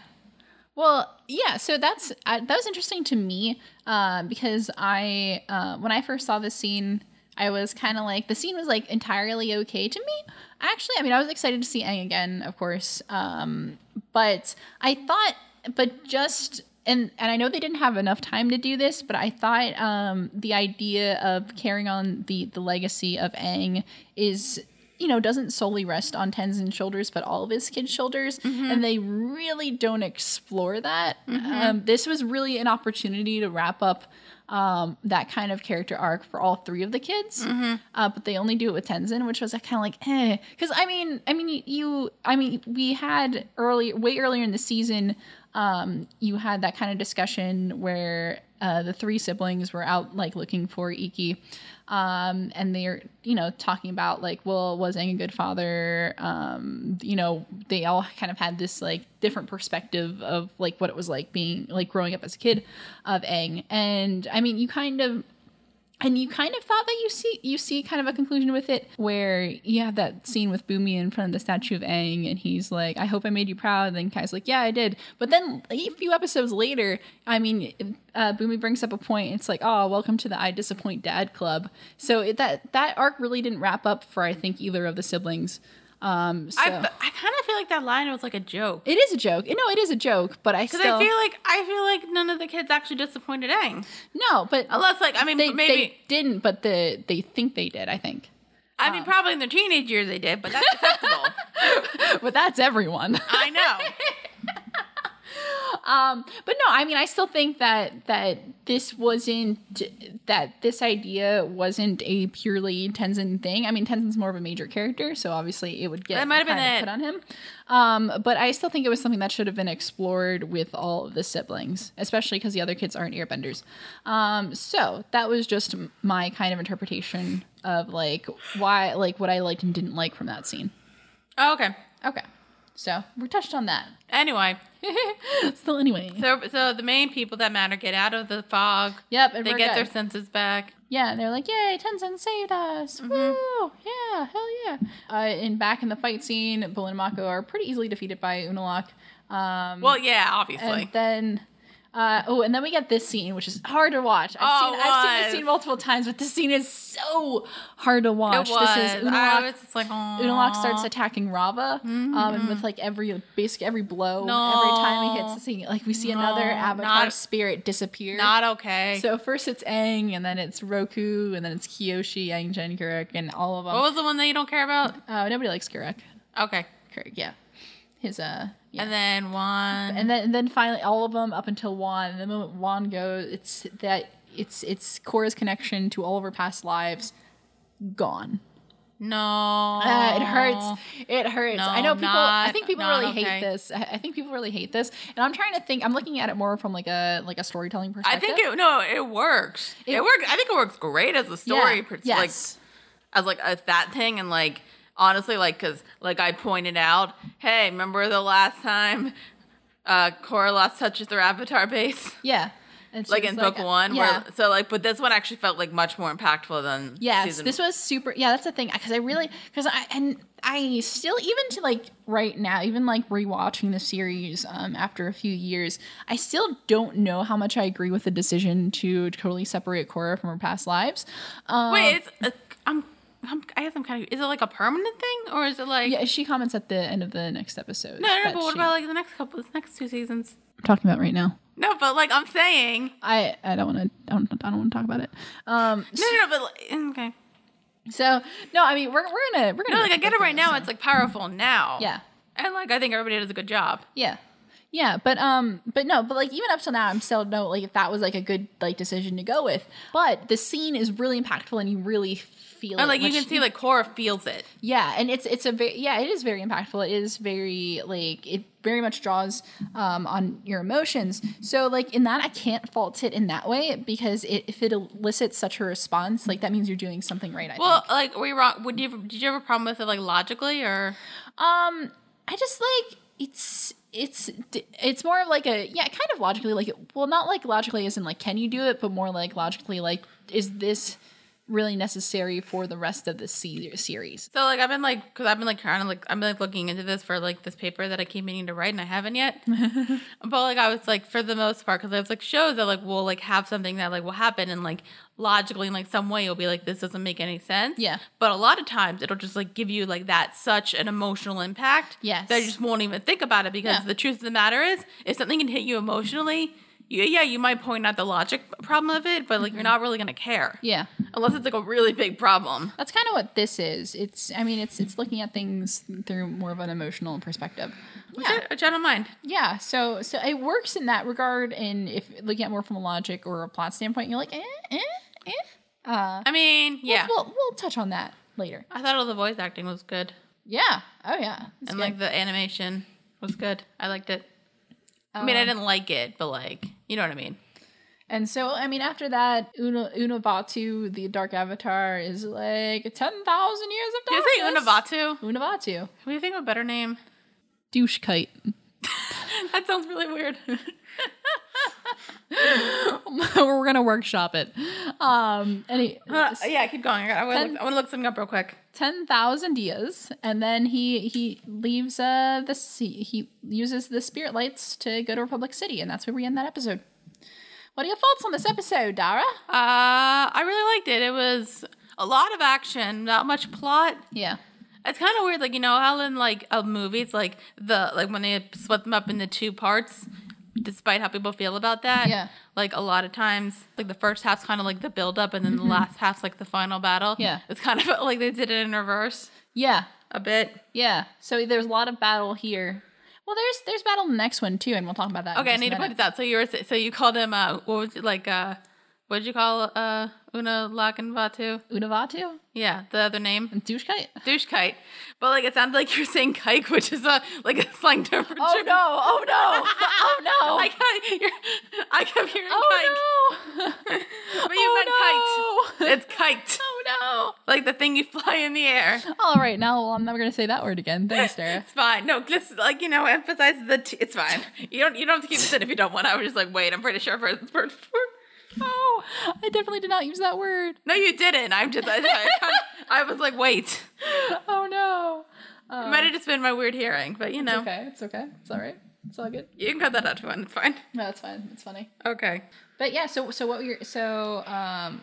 S1: Well, yeah. So that's uh, that was interesting to me uh, because I uh, when I first saw this scene, I was kind of like the scene was like entirely okay to me. Actually, I mean, I was excited to see Aang again, of course, um, but I thought, but just. And, and I know they didn't have enough time to do this, but I thought um, the idea of carrying on the, the legacy of Aang is you know, doesn't solely rest on Tenzin's shoulders, but all of his kids' shoulders. And they really don't explore that. Um, this was really an opportunity to wrap up um, that kind of character arc for all three of the kids. Uh, but they only do it with Tenzin, which was kind of like, eh. Because I mean, I mean, you, you, I mean, we had early, way earlier in the season, um, you had that kind of discussion where uh, the three siblings were out like looking for Iki, um, and they're you know talking about like, well, was Aang a good father? Um, you know, they all kind of had this like different perspective of like what it was like being like growing up as a kid of Aang, and I mean, you kind of and you kind of thought that you see you see kind of a conclusion with it where you have that scene with Boomy in front of the statue of Aang and he's like, I hope I made you proud. And then Kai's like, Yeah, I did. But then a few episodes later, I mean, uh, Boomy brings up a point. It's like, Oh, welcome to the I Disappoint Dad Club. So it, that that arc really didn't wrap up for I think either of the siblings. Um, so
S2: I, I kind of feel like that line was like a joke
S1: it is a joke. No, it is a joke, but I
S2: because
S1: still
S2: I feel like I feel like none of the kids actually disappointed Aang,
S1: no, but
S2: unless like I mean
S1: they,
S2: maybe
S1: they didn't. But the they think they did. I think.
S2: I
S1: uh.
S2: mean probably in their teenage years they did, but that's acceptable.
S1: But that's everyone.
S2: I know.
S1: um but no i mean i still think that that this wasn't that this idea wasn't a purely tenzin thing i mean tenzin's more of a major character so obviously it would get
S2: That might have been
S1: kind of
S2: it.
S1: put on him um but i still think it was something that should have been explored with all of the siblings especially because the other kids aren't airbenders um so that was just m- my kind of interpretation of like why like what i liked and didn't like from that scene
S2: Oh, okay.
S1: okay so we touched on that
S2: Anyway,
S1: still anyway
S2: so so the main people that matter get out of the fog.
S1: Yep, and
S2: They
S1: we're
S2: get
S1: good.
S2: their senses back.
S1: Yeah, they're like, "Yay, Tenzin saved us!
S2: Mm-hmm.
S1: Woo! Yeah, hell yeah!" Uh, and back in the fight scene, Bolin and Mako are pretty easily defeated by Unalak. Um,
S2: Well, yeah, obviously.
S1: and then, uh, oh, and then we get this scene, which is hard to watch. I've,
S2: Oh,
S1: seen,
S2: it
S1: I've seen this
S2: was.
S1: scene multiple times, but this scene is so hard to
S2: it
S1: watch.
S2: was.
S1: This is
S2: I
S1: Unalak.
S2: was just like, Aww.
S1: Unalak starts attacking Rava, um, and with like every basically every blow,
S2: No.
S1: every time he hits the scene, like we see another
S2: No,
S1: Avatar
S2: not-
S1: spirit disappear.
S2: Not okay.
S1: So first it's Aang, and then it's Roku, and then it's Kyoshi, Aang, Jen, Kurek, and all of them.
S2: what was the one that you don't care about?
S1: Uh, nobody likes Kurek.
S2: Okay.
S1: Kurek, yeah. His, uh, yeah.
S2: And then one.
S1: And then, and then finally all of them up until Juan. And the moment Juan goes, it's that, it's, it's Korra's connection to all of her past lives gone.
S2: no.
S1: Uh, it hurts. It hurts. I know
S2: No,
S1: people. I
S2: not-
S1: think people
S2: not
S1: really hate
S2: okay.
S1: this. I, I think people really hate this. And I'm trying to think. I'm looking at it more from like a like a storytelling
S2: I
S1: perspective.
S2: think it no, it works. It,
S1: It-
S2: works. I think it works great as a story.
S1: Yeah.
S2: per- Like
S1: Yes.
S2: as like a, that thing and like honestly like because like i pointed out hey remember the last time uh cora lost touch with her avatar base
S1: yeah. And she
S2: like
S1: was
S2: in book one
S1: yeah.
S2: where so like but this one actually felt like much more impactful than
S1: Yes,
S2: season
S1: this was super. Yeah, that's the thing because I really because I and I still even to like right now, even like rewatching the series um, after a few years, I still don't know how much I agree with the decision to totally separate Korra from her past lives. Um,
S2: wait it's uh, i'm I'm, I guess I'm kind of. Is it like a permanent thing, or is it like?
S1: yeah, she comments at the end of the next episode.
S2: no, no,
S1: that
S2: But what
S1: she-
S2: about like the next couple, the next two seasons?
S1: I'm talking about right now?
S2: No, but like I'm saying.
S1: I I don't want to I don't, I don't want to talk about it. Um,
S2: No, no, no. But like, mm, okay.
S1: so no, I mean we're we're gonna we're gonna
S2: No, like I get it right now. It's like powerful now.
S1: yeah
S2: And like I think everybody does a good job.
S1: yeah Yeah, but um, but no, but like even up till now, I'm still no like if that was like a good like decision to go with. But the scene is really impactful, and you really feel
S2: And like
S1: it.
S2: you
S1: which-
S2: can see like Cora feels it.
S1: yeah, and it's it's a very yeah, it is very impactful. It is very like it very much draws um on your emotions. So like in that, I can't fault it in that way because it, if it elicits such a response, like that means you're doing something right. I think.
S2: Well, like were you wrong? Would you ever, did you have a problem with it like logically or?
S1: Um, I just like it's it's d- it's more of like a yeah, kind of logically like well, not like logically as in like can you do it, but more like logically like is this really necessary for the rest of the se- series?
S2: So like I've been like because I've been like trying to like I've been like looking into this for like this paper that I keep meaning to write and I haven't yet. but like I was like for the most part because there's like shows that like will like have something that like will happen and like logically in like some way you'll be like this doesn't make any sense.
S1: Yeah.
S2: But a lot of times it'll just like give you like that such an emotional impact.
S1: Yes.
S2: That you just won't even think about it because
S1: Yeah.
S2: the truth of the matter is if something can hit you emotionally. You, yeah, you might point out the logic problem of it, but like you're not really gonna care
S1: Mm-hmm. Yeah,
S2: unless it's like a really big problem.
S1: that's kind of what this is. It's I mean it's it's looking at things through more of an emotional perspective.
S2: Which I- which I don't mind.
S1: Yeah, so so it works in that regard. And if looking at more from a logic or a plot standpoint, you're like eh eh eh. Uh,
S2: I mean, yeah.
S1: we'll we'll touch on that later.
S2: I thought all the voice acting was good,
S1: Yeah. Oh yeah. That's
S2: and
S1: good.
S2: like the animation was good. I liked it. I mean, I
S1: Um,
S2: didn't like it, but like, you know what I mean.
S1: And so, I mean, after that, Una, Unavatu, the Dark Avatar, is like 10,000 years of
S2: Did
S1: darkness.
S2: I say Unavatu?
S1: Unavatu.
S2: What do you think of a better name?
S1: Douche kite.
S2: that sounds really weird. Uh,
S1: We're going to workshop it. Um, any,
S2: Uh, yeah, keep going. I gotta- I wanna, look, I wanna look something up real quick.
S1: 10,000 years. And then he he leaves uh, the sea. He uses the spirit lights to go to Republic City. And that's where we end that episode. What are your thoughts on this episode, Dara?
S2: Uh, I really liked it. It was a lot of action, not much plot.
S1: Yeah.
S2: It's kind of weird, like you know how in like a movie, it's like the like when they split them up into two parts. Despite how people feel about that,
S1: Yeah.
S2: like a lot of times, like the first half's kind of like the build up, and then the last half's like the final battle.
S1: Mm-hmm. Yeah.
S2: it's kind of like they did it in reverse
S1: Yeah.
S2: a bit.
S1: Yeah. So there's a lot of battle here. Well, there's there's battle in the next one too, and we'll talk about that. in
S2: Okay, I
S1: just a
S2: need to point
S1: minute.
S2: this out. So you were so you called him uh what was it like uh what did you call uh Una Lakanvatu?
S1: Unavatu,
S2: Yeah, the other name.
S1: douche kite.
S2: Douche kite, but like it sounded like you were saying kike, which is a like a slang term for
S1: Oh
S2: German.
S1: no! Oh no! Oh no!
S2: I kept, you're, I kept hearing
S1: oh no!
S2: kite. But you
S1: Oh, no.
S2: meant kite. It's kite.
S1: oh
S2: Like the thing you fly in the air.
S1: no! All right, now I'm never gonna say that word again. Thanks, Sarah.
S2: It's fine. No, just like you know, emphasize the. T- it's fine. You don't. You don't have to keep this in if you don't want. I was just like, wait. I'm pretty sure I've heard this word before.
S1: oh, I definitely did not use that word.
S2: No, you didn't. I'm just. I, I, kinda, I was like, wait.
S1: Oh no!
S2: It
S1: Um,
S2: might have just been my weird hearing, but you
S1: it's
S2: know,
S1: okay. It's okay. It's all right. It's all good.
S2: you can cut that out if you want. It's fine.
S1: No, it's fine. It's funny.
S2: Okay.
S1: But yeah. So so what were your so um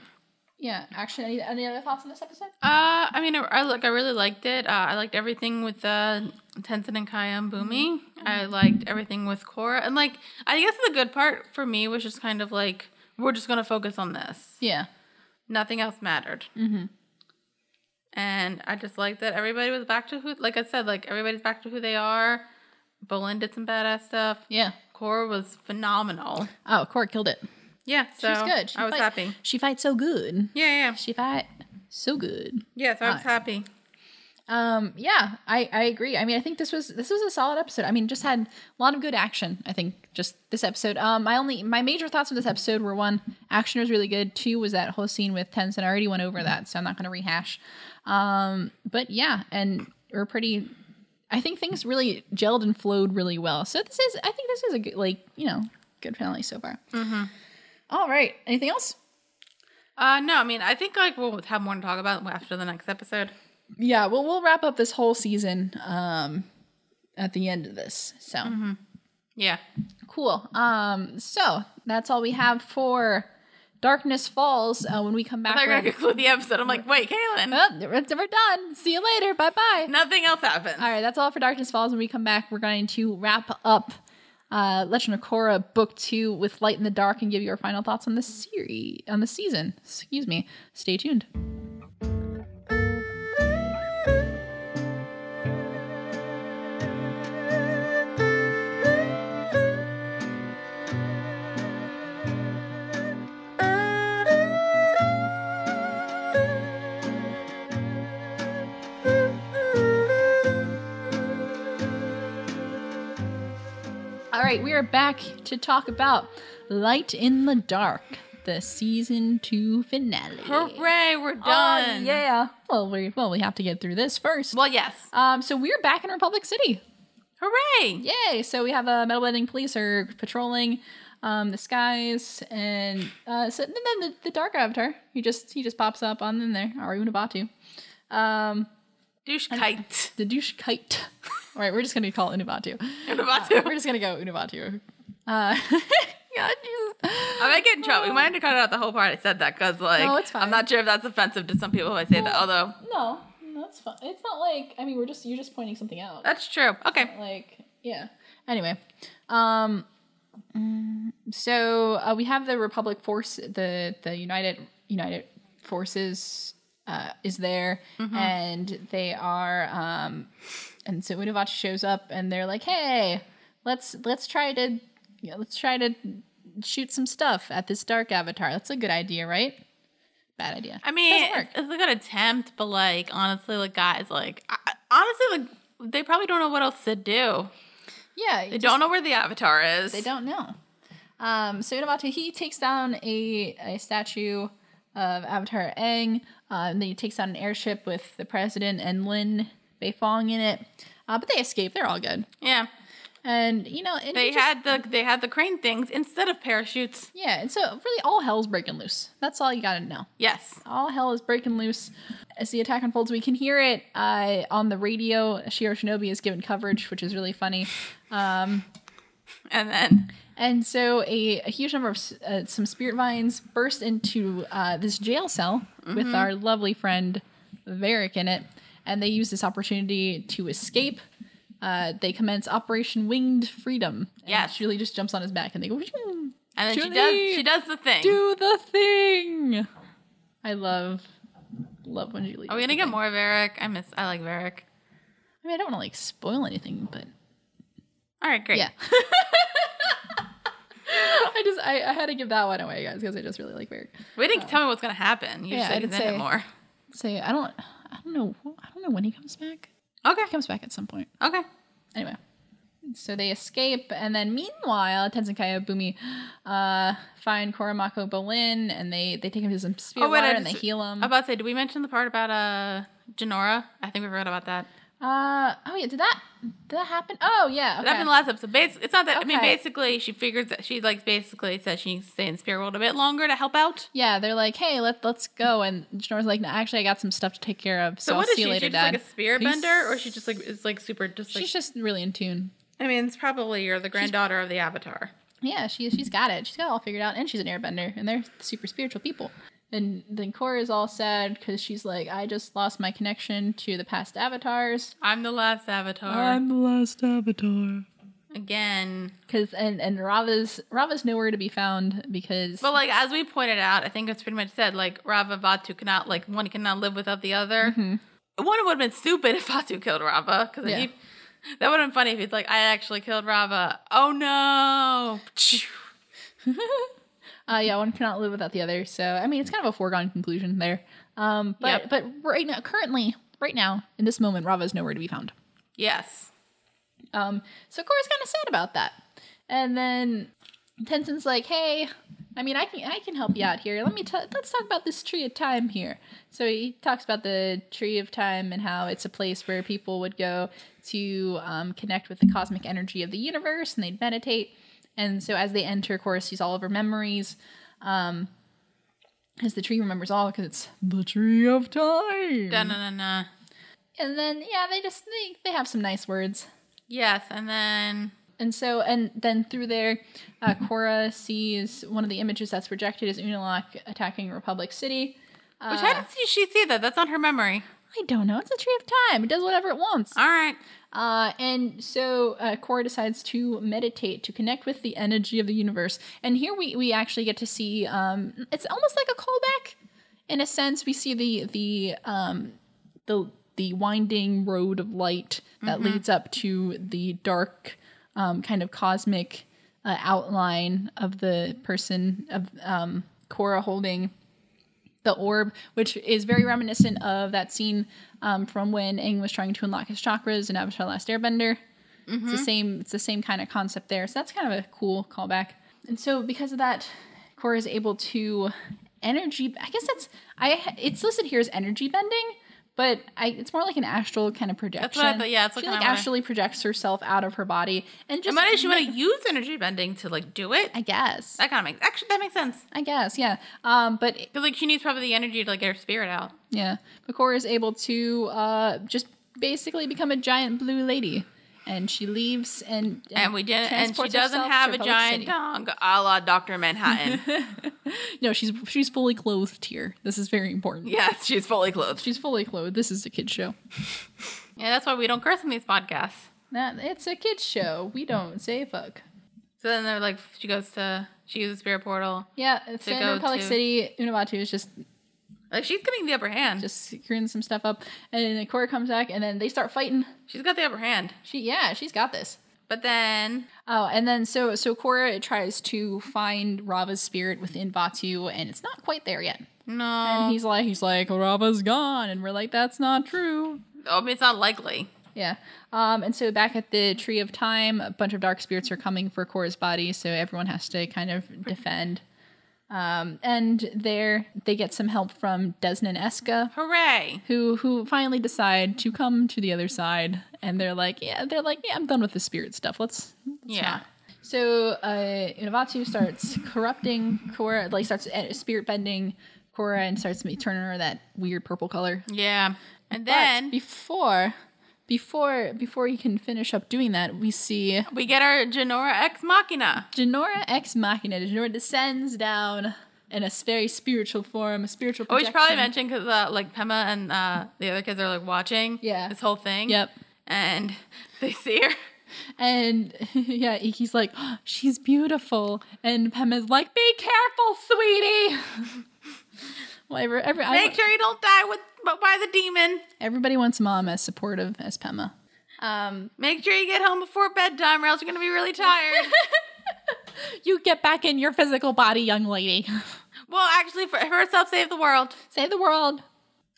S1: yeah? Actually, any, any other thoughts on this episode?
S2: Uh, I mean, I, I look, I really liked it. Uh, I liked everything with uh, Tenzin and Kayam Bumi. I liked everything with Korra, and like, I guess the good part for me was just kind of like, we're just gonna focus on this.
S1: Yeah.
S2: Nothing else mattered. Mm-hmm. And I just liked that everybody was back to who, like I said, like everybody's back to who they are. Bolin did some badass stuff.
S1: Yeah.
S2: Korra was phenomenal.
S1: Oh, Cora killed it.
S2: Yeah, so
S1: She's good. She
S2: I was
S1: fight-
S2: happy.
S1: She fights so good.
S2: Yeah, yeah,
S1: She fight so good.
S2: yeah. So I was
S1: Hi.
S2: happy.
S1: Um, yeah, I, I agree. I mean, I think this was this was a solid episode. I mean, just had a lot of good action. I think just this episode. Um, my only my major thoughts of this episode were one, action was really good. Two was that whole scene with Tenzin. I already went over that, so I'm not going to rehash. Um, but yeah, and we're pretty. I think things really gelled and flowed really well. So this is, I think this is a good, like you know, good finale so far. All right. Anything else?
S2: Uh, no, I mean, I think like we'll have more to talk about after the next episode.
S1: yeah well we'll wrap up this whole season um at the end of this so
S2: Yeah.
S1: cool um so that's all we have for darkness falls uh, when we come back
S2: They're
S1: we're,
S2: going to conclude the episode. I'm like, wait, Kaylin,
S1: Oh, we're we're done see you later bye bye
S2: nothing else happened.
S1: all right that's all for darkness falls when we come back we're going to wrap up uh legend of korra book two with light in the dark and give you our final thoughts on the series on the season excuse me stay tuned right, we are back to talk about Light in the Dark, the season two finale.
S2: Hooray, we're
S1: Oh,
S2: done.
S1: yeah. Well, we well we have to get through this first.
S2: Well, yes.
S1: Um, so we're back in Republic City.
S2: Hooray.
S1: Yay! So we have a uh, metal bending police are patrolling um, the skies, and uh, so and then the, the dark avatar he just he just pops up on in there. Arunabatu, um,
S2: Douche kite.
S1: the douche kite. All right, we're just gonna call it Unabatu.
S2: I'm about
S1: We're
S2: to.
S1: just gonna go Unabatu. Uh, God, Jesus.
S2: I might get in trouble. We might have to cut out the whole part I said that because, like,
S1: No, it's fine.
S2: I'm not sure if that's offensive to some people if I say that. Although
S1: No, that's fine. It's not like I mean we're just you're just pointing something out.
S2: that's true. Okay.
S1: like yeah anyway um mm, so uh, we have the republic force the the united united forces uh, is there
S2: Mm-hmm.
S1: and they are um and so Unavachi shows up and they're like hey let's let's try to yeah, let's try to shoot some stuff at this dark avatar that's a good idea right bad idea
S2: I mean,
S1: Doesn't work.
S2: it's, it's a good attempt, but like honestly, like guys, like I, I- honestly, like they probably don't know what else to do.
S1: yeah
S2: They don't know where the avatar is.
S1: They don't know. Um, so Inamata, he takes down a, a statue of Avatar Aang, uh, and then he takes down an airship with the president and Lin Beifong in it. Uh, but they escape. They're all good.
S2: Yeah,
S1: And, you know, and
S2: they
S1: he just-
S2: had the they had the crane things instead of parachutes.
S1: Yeah, and so really all hell's breaking loose. That's all you gotta know.
S2: Yes.
S1: All hell is breaking loose. As the attack unfolds, we can hear it uh, on the radio. Shiro Shinobi is given coverage, which is really funny. Um,
S2: And then
S1: And so a, a huge number of s- uh, some spirit vines burst into uh, this jail cell
S2: Mm-hmm.
S1: with our lovely friend Varric in it, and they use this opportunity to escape. Uh, they commence Operation Winged Freedom. And
S2: Yes.
S1: Julie just jumps on his back and they go, "Whew,
S2: and then she
S1: Julie,
S2: does she does the thing.
S1: do the thing. I love, love when Julie.
S2: Are we
S1: does
S2: gonna
S1: the
S2: get
S1: thing.
S2: more of Eric? I miss I like Eric.
S1: I mean, I don't want to like spoil anything, but
S2: All right, great.
S1: yeah. I just I, I had to give that one away, guys, because I just really like Varric.
S2: We didn't tell me what's gonna happen. Usually
S1: I
S2: yeah,
S1: did
S2: he's in it
S1: say-
S2: more.
S1: say I don't I don't know I don't know when he comes back.
S2: Okay.
S1: He comes back at some point.
S2: Okay.
S1: Anyway. So they escape and then meanwhile Tenzin Bumi uh find Koromako Bolin and they they take him to some spirit
S2: Oh, wait, I
S1: water and they
S2: just-
S1: heal
S2: I'm
S1: him.
S2: about to say, did we mention the part about uh Janora? I think we forgot about that.
S1: uh oh yeah, did that did that happen? Oh yeah.
S2: That
S1: Okay.
S2: happened last episode. Bas- it's not that. I mean,
S1: Okay.
S2: basically, she figures that she like basically says she needs to stay in spirit world a bit longer to help out.
S1: yeah, they're like, hey, let let's go, and Janora's like, no, actually, I got some stuff to take care of, so,
S2: So,
S1: I'll
S2: what is
S1: see
S2: she?
S1: you
S2: Is
S1: later,
S2: she just
S1: Dad.
S2: like a spirit
S1: Peace.
S2: bender, or she just like is like super just like?
S1: She's just really in tune.
S2: I mean, it's probably you're the granddaughter of the Avatar.
S1: Yeah, she she's got it. She's got it all figured out, and she's an airbender, and they're super spiritual people. And then Korra is all sad because she's like, I just lost my connection to the past avatars.
S2: I'm the last Avatar
S3: I'm the last avatar.
S2: again.
S1: Cause and and Rava's Rava's nowhere to be found because
S2: But like as we pointed out, I think it's pretty much said like Rava Vatu cannot like one cannot live without the other. One it would have been stupid if Vatu killed Rava because
S1: Yeah.
S2: that would have been funny if he's like, I actually killed Rava. Oh no.
S1: uh, yeah, one cannot live without the other. So I mean, it's kind of a foregone conclusion there. Um, but
S2: Yep.
S1: but right now, currently, right now, in this moment, Rava's nowhere to be found.
S2: Yes.
S1: Um, so Korra's kind of sad about that. And then Tenzin's like, "Hey, I mean, I can I can help you out here. Let me tell. Let's talk about this tree of time here." So he talks about the tree of time and how it's a place where people would go to um, connect with the cosmic energy of the universe, and they'd meditate. And so as they enter, Korra sees all of her memories. Um, as the tree remembers all because it's
S3: The tree of time.
S2: Da na na na.
S1: and then yeah they just they, they have some nice words
S2: Yes, and then
S1: And so, and then through there, uh, Korra sees one of the images that's projected is Unalak attacking Republic City. Uh,
S2: which how did she- she see that? That's not her memory.
S1: I don't know. It's a tree of time. It does whatever it wants.
S2: All right.
S1: Uh, and so uh, Korra decides to meditate to connect with the energy of the universe. And here we we actually get to see um, it's almost like a callback. In a sense, we see the the um, the the winding road of light that leads up to the dark um, kind of cosmic uh, outline of the person of um, Korra holding the orb, which is very reminiscent of that scene um, from when Aang was trying to unlock his chakras in Avatar: Last Airbender.
S2: Mm-hmm.
S1: It's the same. It's the same kind of concept there. So that's kind of a cool callback. And so because of that, Korra is able to energy. I guess that's I. It's listed here as energy bending, but I, it's more like an astral kind of projection.
S2: what I thought, yeah, that's what
S1: she
S2: kinda
S1: like
S2: what I-
S1: astrally projects herself out of her body and just.
S2: And why did she want to use energy bending to like do it?
S1: I guess.
S2: That kind of makes actually that makes sense
S1: I guess. Yeah. Um. But
S2: because like she needs probably the energy to like get her spirit out.
S1: Yeah. Bakora is able to uh, just basically become a giant blue lady. And she leaves and
S2: And we didn't. And she
S1: transports
S2: doesn't
S1: herself
S2: have
S1: to
S2: a
S1: Republic
S2: giant
S1: City.
S2: dong, a la Doctor Manhattan.
S1: No, she's she's fully clothed here. This is very important.
S2: yes, she's fully clothed.
S1: She's fully clothed. This is a kid's show.
S2: Yeah, that's why we don't curse in these podcasts.
S1: That it's a kid's show. We don't say fuck.
S2: So then they're like, she goes to she uses spirit portal.
S1: Yeah, it's in
S2: go
S1: Republic
S2: to-
S1: City, Unabatu is just
S2: Like she's getting the upper hand.
S1: just screwing some stuff up, and then Korra comes back, and then they start fighting.
S2: she's got the upper hand.
S1: She yeah, she's got this.
S2: But then
S1: Oh, and then so so Korra tries to find Rava's spirit within Batu, and it's not quite there yet.
S2: no,
S1: And he's like, he's like, Rava's gone, and we're like, that's not true.
S2: I mean, Oh, it's not likely.
S1: Yeah. Um, and so back at the Tree of Time, a bunch of dark spirits are coming for Korra's body, so everyone has to kind of defend. Um, and there they get some help from Desna and Eska,
S2: Hooray!
S1: who who finally decide to come to the other side. And they're like, yeah, they're like, yeah, I'm done with the spirit stuff. Let's, let's
S2: yeah.
S1: not. So uh, Inavatu starts corrupting Korra, like starts uh, spirit bending Korra and starts ma- turning her that weird purple color.
S2: Yeah. And
S1: But
S2: then
S1: before, before, before you can finish up doing that, we see
S2: we get our Genora ex machina.
S1: Genora ex machina. Genora descends down in a very spiritual form, a spiritual.
S2: Oh, we
S1: Projection.
S2: should probably mention because uh, like Pema and uh, the other kids are like watching
S1: Yeah.
S2: this whole thing.
S1: Yep.
S2: And they see her.
S1: And yeah, Iki's like, "Oh, she's beautiful, and Pema's like, be careful, sweetie. Whatever. Every, I-
S2: Make sure you don't die with but by the demon.
S1: everybody wants mom as supportive as Pema. Um,
S2: Make sure you get home before bedtime, or else you're gonna be really tired.
S1: you get back in your physical body, young lady.
S2: well, actually, for herself, save the world,
S1: Save the world.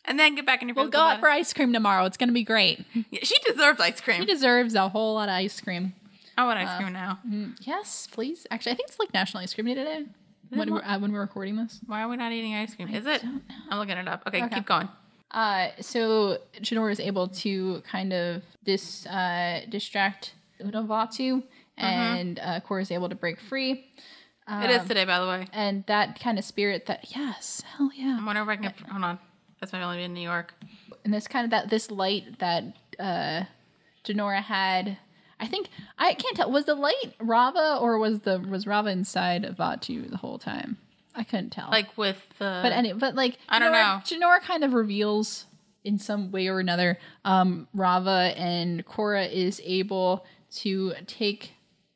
S2: and then get back in your.
S1: We'll
S2: physical
S1: go out for
S2: body.
S1: ice cream tomorrow. It's gonna be great.
S2: Yeah, She deserves ice cream.
S1: He deserves a whole lot of ice cream.
S2: I want ice cream now.
S1: Yes, please. Actually, I think it's like National Ice Cream Day today. When we're, uh, when we're recording this.
S2: Why are we not eating ice cream? Is it?
S1: don't know.
S2: I'm looking it up. Okay,
S1: Okay.
S2: keep going.
S1: Uh, so Jinora is able to kind of dis uh, distract Unavatu, and uh, Korra is able to break free.
S2: it
S1: Um,
S2: is today, by the way.
S1: And that kind of spirit that yes, hell
S2: I
S1: yeah.
S2: wonder if I can. Hold on. That's my only been in New York.
S1: And this kind of that this light that uh, Jinora had. I think I can't tell. Was the light Rava or was the was Rava inside of Vatu the whole time? I couldn't tell.
S2: Like with the.
S1: But any, but like
S2: I don't know.
S1: Janora kind of reveals in some way or another. Um, Rava and Cora is able to take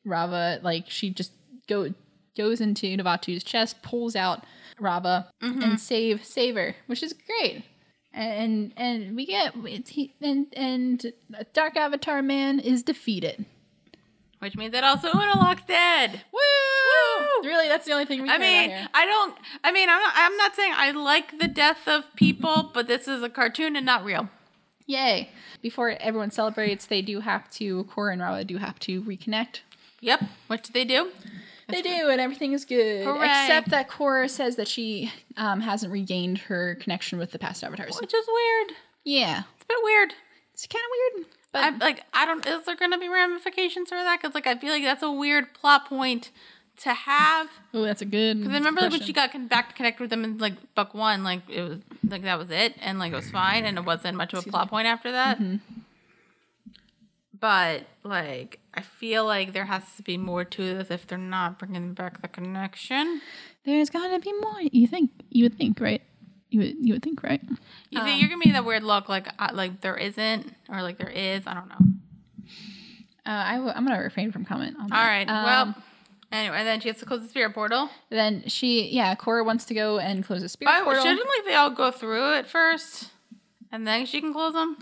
S1: Rava. Like she just go goes into Inavatu's chest, pulls out Rava,
S2: Mm-hmm.
S1: and save save her, which is great. And and we get it's, he, and and Dark Avatar Man is defeated.
S2: which means that also Unalak's dead.
S1: Woo! Really, that's the only thing we. care
S2: I
S1: about
S2: mean,
S1: here.
S2: I don't. I mean, I'm not. I'm not saying I like the death of people, but this is a cartoon and not real.
S1: Yay. Before everyone celebrates, they do have to, Cora and Rala do have to reconnect.
S2: Yep. What did they do?
S1: They do, and everything is good.
S2: Hooray.
S1: Except that Cora says that she um, hasn't regained her connection with the past avatars.
S2: Which is weird.
S1: Yeah.
S2: It's a bit weird.
S1: It's kind of weird. But
S2: I like. I don't. Is there going to be ramifications for that? Because like, I feel like that's a weird plot point to have.
S1: oh, that's a good.
S2: Because I remember like when
S1: question.
S2: she got con- back to connect with them in like book one, like it was like that was it, and like it was fine, and it wasn't much of a plot point after that.
S1: Mm-hmm.
S2: But like, I feel like there has to be more to this if they're not bringing back the connection.
S1: There's gotta be more. You think? You would think, right? You would. You would think, right?
S2: You
S1: Um.
S2: think you're gonna be that weird look, like uh, like there isn't, or like there is. I don't know.
S1: Uh, I w- I'm gonna refrain from comment. On that.
S2: All right.
S1: Um,
S2: well, anyway, then she has to close the spirit portal.
S1: then she, yeah, Cora wants to go and close the spirit
S2: But
S1: portal.
S2: shouldn't like they all go through it first, and then she can close them?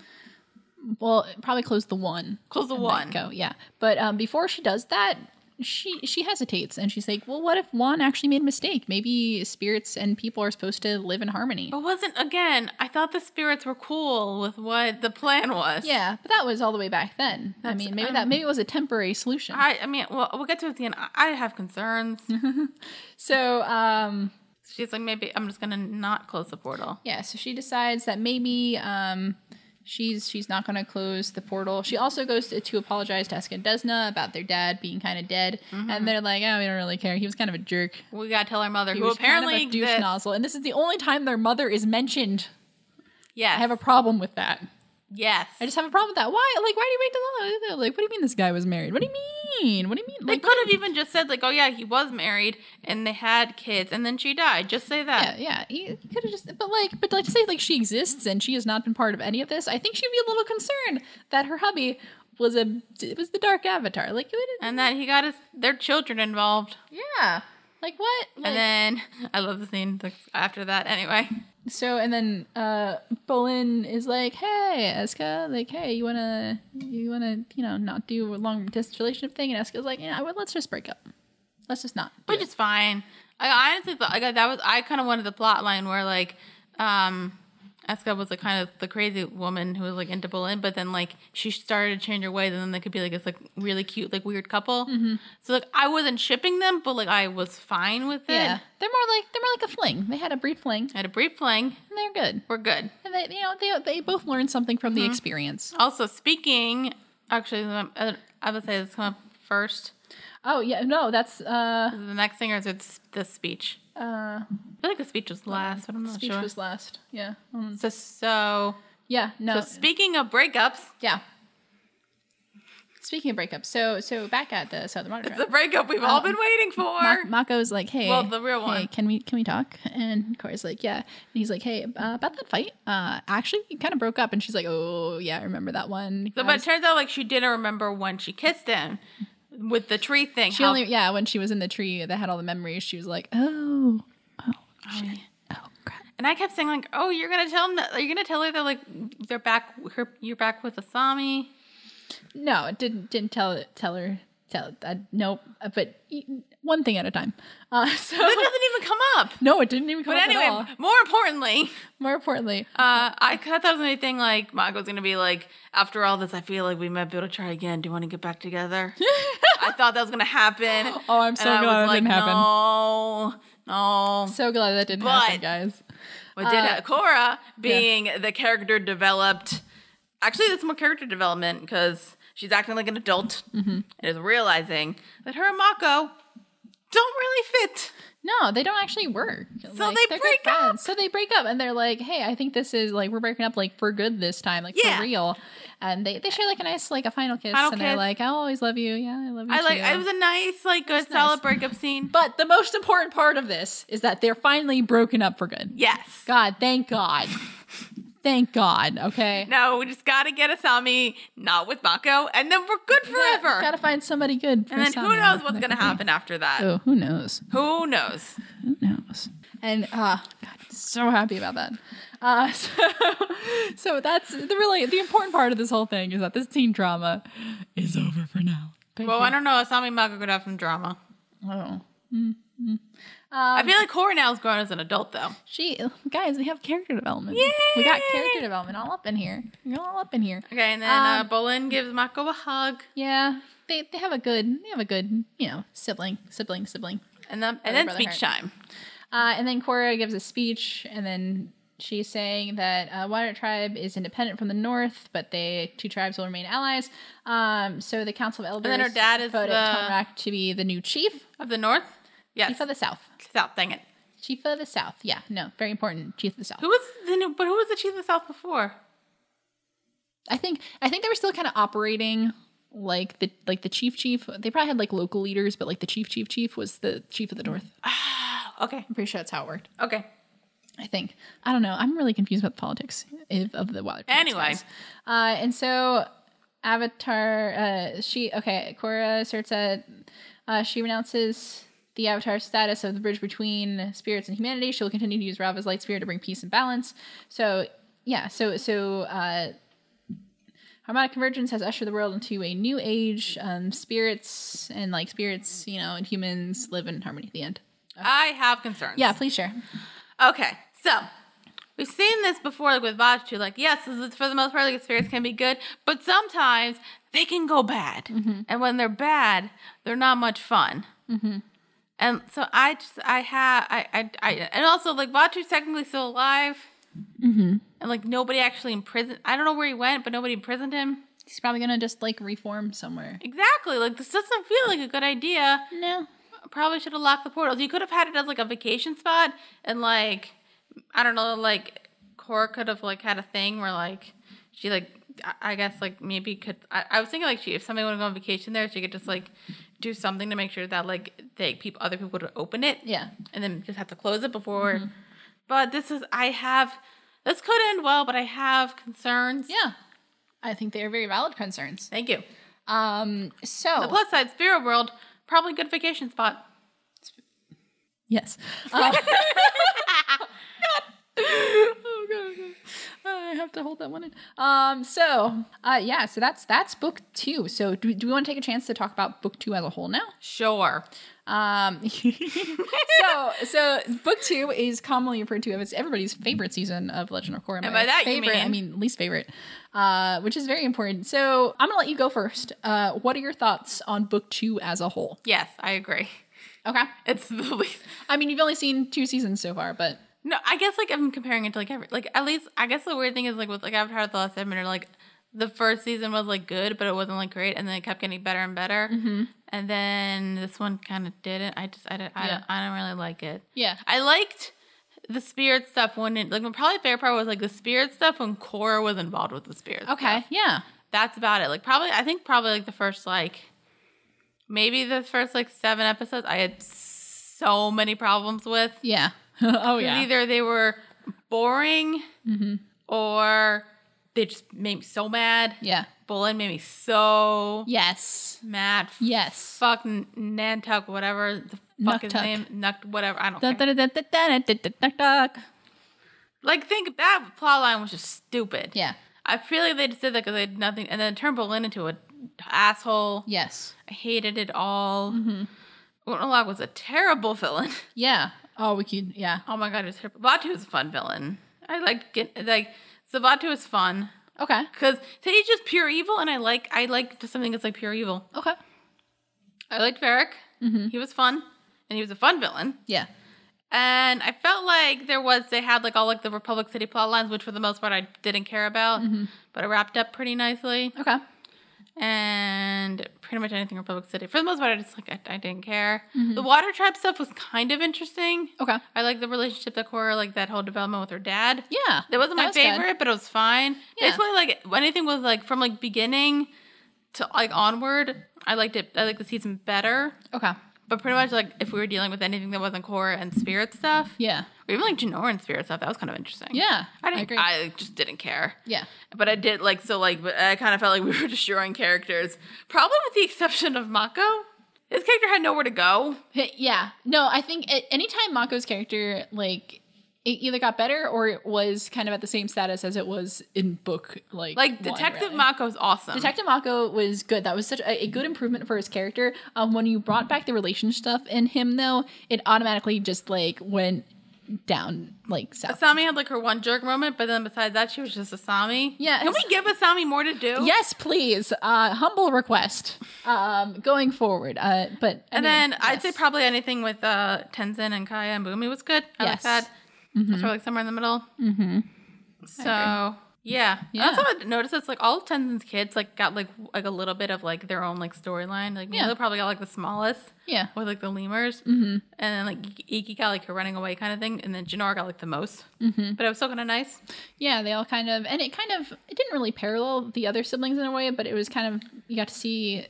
S1: Well, probably close the one.
S2: Close the
S1: and then
S2: one.
S1: Go, yeah. But um, before she does that, she she hesitates and she's like, "Well, what if Juan actually made a mistake? Maybe spirits and people are supposed to live in harmony."
S2: But wasn't again? I thought the spirits were cool with what the plan was.
S1: Yeah, but that was all the way back then. I
S2: That's-
S1: mean, maybe
S2: um,
S1: that maybe it was a temporary solution.
S2: I, I mean, well, we'll get to it at the end. I, I have concerns.
S1: Mm-hmm. so, um,
S2: She's like, maybe I'm just gonna not close the portal.
S1: yeah, so she decides that maybe um, she's she's not going to close the portal. She also goes to, to apologize to Eska and Desna about their dad being kind of dead,
S2: Mm-hmm.
S1: and they're like, "Oh, we don't really care. He was kind of a jerk.
S2: We gotta tell our mother,
S1: He
S2: who
S1: was kind of
S2: apparently
S1: a douche
S2: exists.
S1: nozzle." And this is the only time their mother is mentioned.
S2: Yes,
S1: I have a problem with that.
S2: yes.
S1: I just have a problem with that. Why? Like, why do you wait till like? What do you mean this guy was married? What do you mean? What do you mean?
S2: they
S1: Like,
S2: could have even just said like, oh yeah, he was married and they had kids and then she died. Just say
S1: yeah,
S2: that.
S1: yeah. He could have just, but like, but like to say like she exists and she has not been part of any of this. I think she'd be a little concerned that her hubby was a was the dark avatar. Like, it would-
S2: And that he got his their children involved.
S1: yeah, like what? Like-
S2: And then I love the scene like, after that. Anyway,
S1: so and then uh Bolin is like, hey, Eska, like, hey, you wanna you wanna you know not do a long distance relationship thing? And Eska's like, yeah, well, let's just break up. Let's just not. do
S2: which
S1: it."
S2: is fine. I honestly thought like, that was I kind of wanted the plot line where like, um, Eska was like kind of the crazy woman who was like into Bolin, but then like she started to change her ways, and then they could be like this like really cute like weird couple.
S1: Mm-hmm.
S2: So like I wasn't shipping them, but like I was fine with it.
S1: yeah, they're more like they're more like a fling. They had a brief fling,
S2: I had a brief fling.
S1: and they're good.
S2: We're good.
S1: And they, you know, they they both learned something from
S2: Mm-hmm.
S1: the experience.
S2: Also, speaking, actually, um, I I would say this come up first.
S1: Oh yeah, no, that's uh
S2: The next thing is it's the speech.
S1: uh
S2: I feel like the speech was last, but I'm not
S1: speech
S2: sure.
S1: was last. Yeah. Um,
S2: so, so,
S1: yeah, no.
S2: so speaking of breakups,
S1: yeah. Speaking of breakups, so so back at the Southern Modern
S2: it's the breakup we've
S1: um,
S2: all been waiting for.
S1: Ma- Mako's like, hey,
S2: Well, the real
S1: hey,
S2: one.
S1: can we can we talk? And Corey's like, yeah. And he's like, hey, uh, about that fight, uh, actually, you kind of broke up. And she's like, oh yeah, I remember that one.
S2: so,
S1: I
S2: but it
S1: was-
S2: turns out like she didn't remember when she kissed him with the tree thing.
S1: she
S2: how-
S1: only yeah, when she was in the tree that had all the memories, she was like, oh, oh, shit. oh crap.
S2: and I kept saying like, "Oh, you're gonna tell him that? Are you gonna tell her that like they're back? Her, you're back with Asami?"
S1: No, it didn't didn't tell tell her tell uh, nope. Uh, But y- one thing at a time. Uh, so
S2: That doesn't even come up.
S1: no, it didn't even come
S2: But
S1: up at
S2: anyway,
S1: all.
S2: more importantly,
S1: More importantly,
S2: Uh, I thought that was anything like Mako's gonna be like, after all this, I feel like we might be able to try again. Do you want to get back together? I thought that was gonna happen.
S1: Oh, I'm so
S2: and I
S1: glad
S2: was
S1: that didn't happen.
S2: No, no.
S1: so glad that didn't happen,
S2: But-
S1: guys.
S2: But did uh, Cora being the character developed? Actually, that's more character development because she's acting like an adult
S1: Mm-hmm.
S2: and is realizing that her and Mako don't really fit.
S1: No, they don't actually work.
S2: So they
S1: they're good
S2: break
S1: friends.
S2: up.
S1: So they break up, and they're like, "Hey, I think this is like we're breaking up like for good this time, like
S2: Yeah.
S1: for real." And they, they share like a nice like a final kiss,
S2: Final
S1: and they're
S2: kiss.
S1: like, "I'll always love you. Yeah, I love you."
S2: I like.
S1: too."
S2: It was a nice, like, good,
S1: nice.
S2: solid breakup scene.
S1: but the most important part of this is that they're finally broken up for good.
S2: yes.
S1: God, thank God. thank God, okay?
S2: No, we just gotta get Asami, not with Mako, and then we're good
S1: Yeah,
S2: forever.
S1: gotta find somebody good. For
S2: and then
S1: Sami.
S2: who knows what's
S1: That
S2: gonna
S1: could be-
S2: happen after that?
S1: Oh, who knows?
S2: Who knows?
S1: Who knows? And uh, God, so happy about that. Uh, so, so that's the really the important part of this whole thing is that this teen drama.
S3: is over for now.
S1: Thank
S2: Well,
S1: you.
S2: I don't know. Asami and Mako could have some drama.
S1: Oh,
S2: I feel like Cora now is grown as an adult, though.
S1: she guys, we have character development. We got character development all up in here. You're all up in here.
S2: Okay, and then uh,
S1: Um,
S2: Bolin gives Mako a hug,
S1: Yeah, they, they have a good they have a good you know sibling sibling sibling.
S2: and then oh, and then
S1: brother
S2: speech time.
S1: Uh, and then Cora gives a speech, and then she's saying that uh, Water Tribe is independent from the North, but they two tribes will remain allies. Um, so the Council of Elders
S2: then her dad is
S1: voted
S2: the-
S1: Tomrak to be the new chief,
S2: Of the North? Yes.
S1: chief of the South,
S2: South, dang it.
S1: chief of the South. Yeah, no, very important, chief of the South.
S2: Who was the new, but who was the Chief of the South before?
S1: I think I think they were still kind of operating like the like the chief chief. They probably had like local leaders, but like the chief chief chief was the chief of the North. I'm
S2: Oh, okay,
S1: pretty sure that's how it worked.
S2: okay.
S1: I think. I don't know. I'm really confused about the politics of, of the Wild. Prince,
S2: Anyway.
S1: guys. uh, and so Avatar, uh, she okay. Korra asserts that uh, she renounces the Avatar status of the bridge between spirits and humanity. She will continue to use Rava's light spear to bring peace and balance. So yeah, so so uh, Harmonic convergence has ushered the world into a new age. Um, spirits and like spirits, you know, and humans live in harmony. At the end.
S2: I have concerns.
S1: Yeah, please share.
S2: Okay, so we've seen this before, like with Vatu. Like, yes, this is- for the most part, like spirits can be good, but sometimes they can go bad, and when they're bad, they're not much fun. Mm-hmm. And so I just, I have, I, I, I, and also like Vatu's technically still alive, mm-hmm. and like nobody actually imprisoned. I don't know where he went, but nobody imprisoned him.
S1: He's probably gonna just like reform somewhere.
S2: Exactly. Like this doesn't feel like a good idea.
S1: No.
S2: probably should have locked the portals. You could have had it as like a vacation spot, and like I don't know, like Cora could have like had a thing where like she like I- I guess like maybe could I, I was thinking like she if somebody wanted to go on vacation there, she could just like do something to make sure that like they people other people would open it,
S1: Yeah. Mm-hmm.
S2: and then just have to close it before. But this is I have this could end well, but I have concerns.
S1: Yeah. I think they are very valid concerns.
S2: Thank you.
S1: Um. So.
S2: The plus side, Spirit World, probably good vacation spot.
S1: yes. Um, oh god, oh, God. I have to hold that one in. Um. So. Uh. Yeah. So that's that's book two. So do we, do we want to take a chance to talk about book two as a whole now?
S2: Sure.
S1: Um, so, so book two is commonly referred to as everybody's favorite season of Legend of Korra.
S2: And
S1: My
S2: by that you
S1: favorite, I
S2: mean-
S1: mean least favorite, uh, which is very important. So I'm gonna let you go first. Uh, what are your thoughts on book two as a whole?
S2: Yes, I agree.
S1: Okay,
S2: It's the least.
S1: I mean you've only seen two seasons so far, but
S2: No, I guess like I'm comparing it to like every like at least I guess the weird thing is like with like Avatar: The Last Airbender, like the first season was like good, but it wasn't like great, and then it kept getting better and better,
S1: Mm-hmm.
S2: and then this one kind of didn't. I just I don't I,
S1: Yeah.
S2: don't, I don't really like it.
S1: yeah,
S2: I liked the spirit stuff when it like my probably favorite part was like the spirit stuff when Korra was involved with the spirit.
S1: okay,
S2: stuff.
S1: yeah,
S2: that's about it. Like probably I think probably like the first like maybe the first like seven episodes I had so many problems with.
S1: yeah, oh yeah, Mm-hmm.
S2: Either they were boring or they just made me so mad.
S1: yeah,
S2: Bullen made me so
S1: yes,
S2: mad.
S1: yes.
S2: Fuck N- Nantuck, whatever the fuck his
S1: Nuktuk.
S2: name, Nuck, whatever. I don't
S1: Dun,
S2: care.
S1: dun, dun, dun, dun, dun, dun, dun, dun.
S2: Like, think that plot line was just stupid.
S1: Yeah,
S2: I feel like they just did that because they had nothing, and then turned Bolin into an asshole.
S1: yes,
S2: I hated it all.
S1: Mm-hmm.
S2: mm was a terrible villain.
S1: yeah. Oh, we could, yeah.
S2: Oh my god, it was terrible. Vatu was a fun villain. I liked get like so Vatu was fun.
S1: Okay,
S2: Because Sage is pure evil, and I like I like just something that's like pure evil.
S1: okay,
S2: I liked Varric. He was fun, and he was a fun villain.
S1: yeah,
S2: And I felt like there was they had like all like the Republic City plot lines, which for the most part I didn't care about, but it wrapped up pretty nicely.
S1: okay,
S2: And pretty much anything Republic City for the most part I just like I, I didn't care. The Water Tribe stuff was kind of interesting.
S1: okay.
S2: I like the relationship that Cora like that whole development with her dad.
S1: Yeah,
S2: That wasn't my
S1: was good.
S2: favorite, but it was fine.
S1: Yeah.
S2: Basically, like anything was like from like beginning to like onward, I liked it. I liked the season better.
S1: Okay.
S2: But pretty much like if we were dealing with anything that wasn't core and spirit stuff,
S1: Yeah.
S2: or even like Janoran spirit stuff, that was kind of interesting.
S1: Yeah.
S2: I didn't. I,
S1: agree.
S2: just didn't care.
S1: yeah.
S2: But I did like so like but I kind of felt like we were destroying characters. Probably with the exception of Mako. His character had nowhere to go.
S1: H- Yeah. No, I think a- anytime Mako's character like it either got better or it was kind of at the same status as it was in book like
S2: Like
S1: one,
S2: Detective
S1: really.
S2: Mako's awesome.
S1: Detective Mako was good. That was such a, a good improvement for his character. Um, when you brought back the relation stuff in him, though, it automatically just like went down like south.
S2: Asami had like her one jerk moment, but then besides that, she was just Asami.
S1: Yeah,
S2: Can we
S1: it's-
S2: give Asami more to do?
S1: Yes, please. Uh, humble request. Um, going forward. Uh, but I mean,
S2: And then I'd say
S1: yes.
S2: probably anything with uh, Tenzin and Kaya and Bumi was good. I like
S1: Yes.
S2: that. That's probably like somewhere in the middle. Mm-hmm. So yeah,
S1: Yeah.
S2: That's what I noticed. It's like all of Tenzin's kids like got like w- like a little bit of like their own like storyline. Like
S1: Yeah.
S2: Milo probably got like the smallest
S1: yeah,
S2: with like the lemurs, mm-hmm. and then like Iki got like her running away kind of thing, and then Jannar got like the most. Mm-hmm. But it was still kind of nice.
S1: Yeah, they all kind of, and it kind of, it didn't really parallel the other siblings in a way, but it was kind of, you got to see,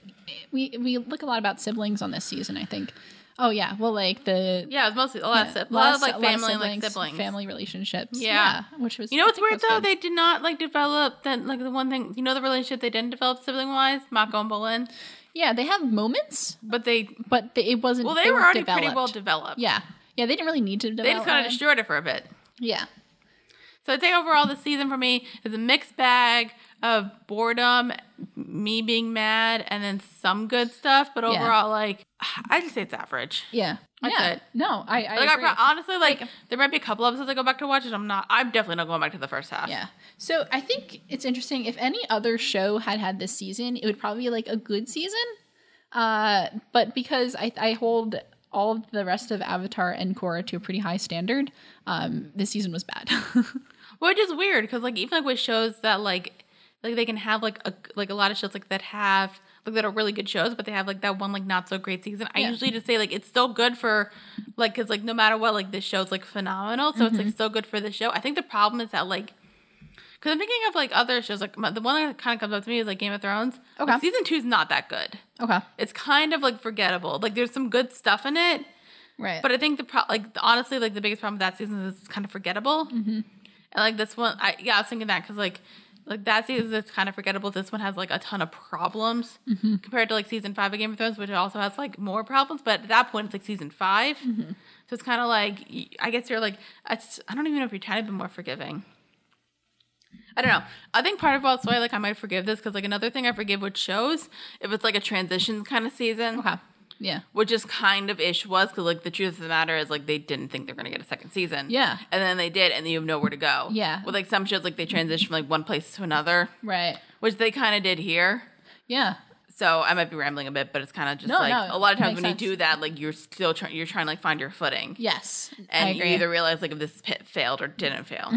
S1: we we look a lot about siblings on this season, I think. Oh yeah, well like the
S2: Yeah, it was mostly a lot, of, si- a lot
S1: lots-
S2: of like
S1: a lot
S2: family and like siblings.
S1: family relationships.
S2: Yeah.
S1: which was
S2: You know
S1: I
S2: what's
S1: think
S2: weird
S1: was
S2: though?
S1: good.
S2: They did not like develop that like the one thing you know the relationship they didn't develop sibling wise, Mako and Bolin.
S1: yeah, they have moments,
S2: But they
S1: but they, it wasn't.
S2: well they, were already pretty
S1: developed.
S2: well developed.
S1: Yeah, uh, yeah, they didn't really need to develop.
S2: They just kind
S1: it.
S2: of destroyed it for a bit.
S1: Yeah,
S2: So I'd say overall the season for me is a mixed bag of boredom, me being mad, and then some good stuff. But
S1: Yeah.
S2: overall, like I just say it's average.
S1: Yeah.
S2: That's
S1: yeah.
S2: it.
S1: No, I, I
S2: like
S1: agree.
S2: I pro- honestly, like, there might be a couple episodes I go back to watch, and I'm not. I'm definitely not going back to the first half.
S1: yeah. So I think it's interesting. If any other show had had this season, it would probably be like a good season. Uh, but because I, I hold all of the rest of Avatar and Korra to a pretty high standard, um, this season was bad.
S2: which is weird because like even like with shows that like like they can have like a like a lot of shows like that have like that are really good shows but they have like that one like not so great season i
S1: Yeah.
S2: usually just say like it's still good for like because like no matter what like this show's like phenomenal so it's
S1: Mm-hmm.
S2: like still good for the show i think the problem is that like because i'm thinking of like other shows like my, the one that kind of comes up to me is like game of thrones Like,
S1: Okay.
S2: season two is not that good
S1: okay.
S2: it's kind of like forgettable like there's some good stuff in it
S1: Right.
S2: but I think the pro- like honestly, like the biggest problem with that season is it's kind of forgettable.
S1: Mm-hmm.
S2: And like this one, I yeah, I was thinking that because like like that season is kind of forgettable. This one has like a ton of problems
S1: Mm-hmm.
S2: compared to like season five of Game of Thrones, which also has like more problems. But at that point, it's like season 5
S1: Mm-hmm.
S2: so it's kind of like y- I guess you're like it's, I don't even know if you're trying to be more forgiving. I don't know. I think part of also why like I might forgive this because like another thing I forgive with shows if it's like a transition kind of season
S1: okay. Yeah.
S2: which is kind of ish was because like the truth of the matter is like they didn't think they're gonna get a second season.
S1: Yeah.
S2: and then they did, and you have nowhere to go.
S1: Yeah.
S2: with like some shows like they transition from like one place to another,
S1: Right.
S2: which they kind of did here.
S1: Yeah.
S2: So I might be rambling a bit, but it's kind of just
S1: No,
S2: like
S1: no,
S2: a lot of
S1: it
S2: times
S1: makes
S2: when
S1: sense.
S2: you do that, like you're still trying, you're trying to like find your footing,
S1: Yes. I
S2: and you
S1: agree.
S2: either realize like if this pit failed or didn't fail.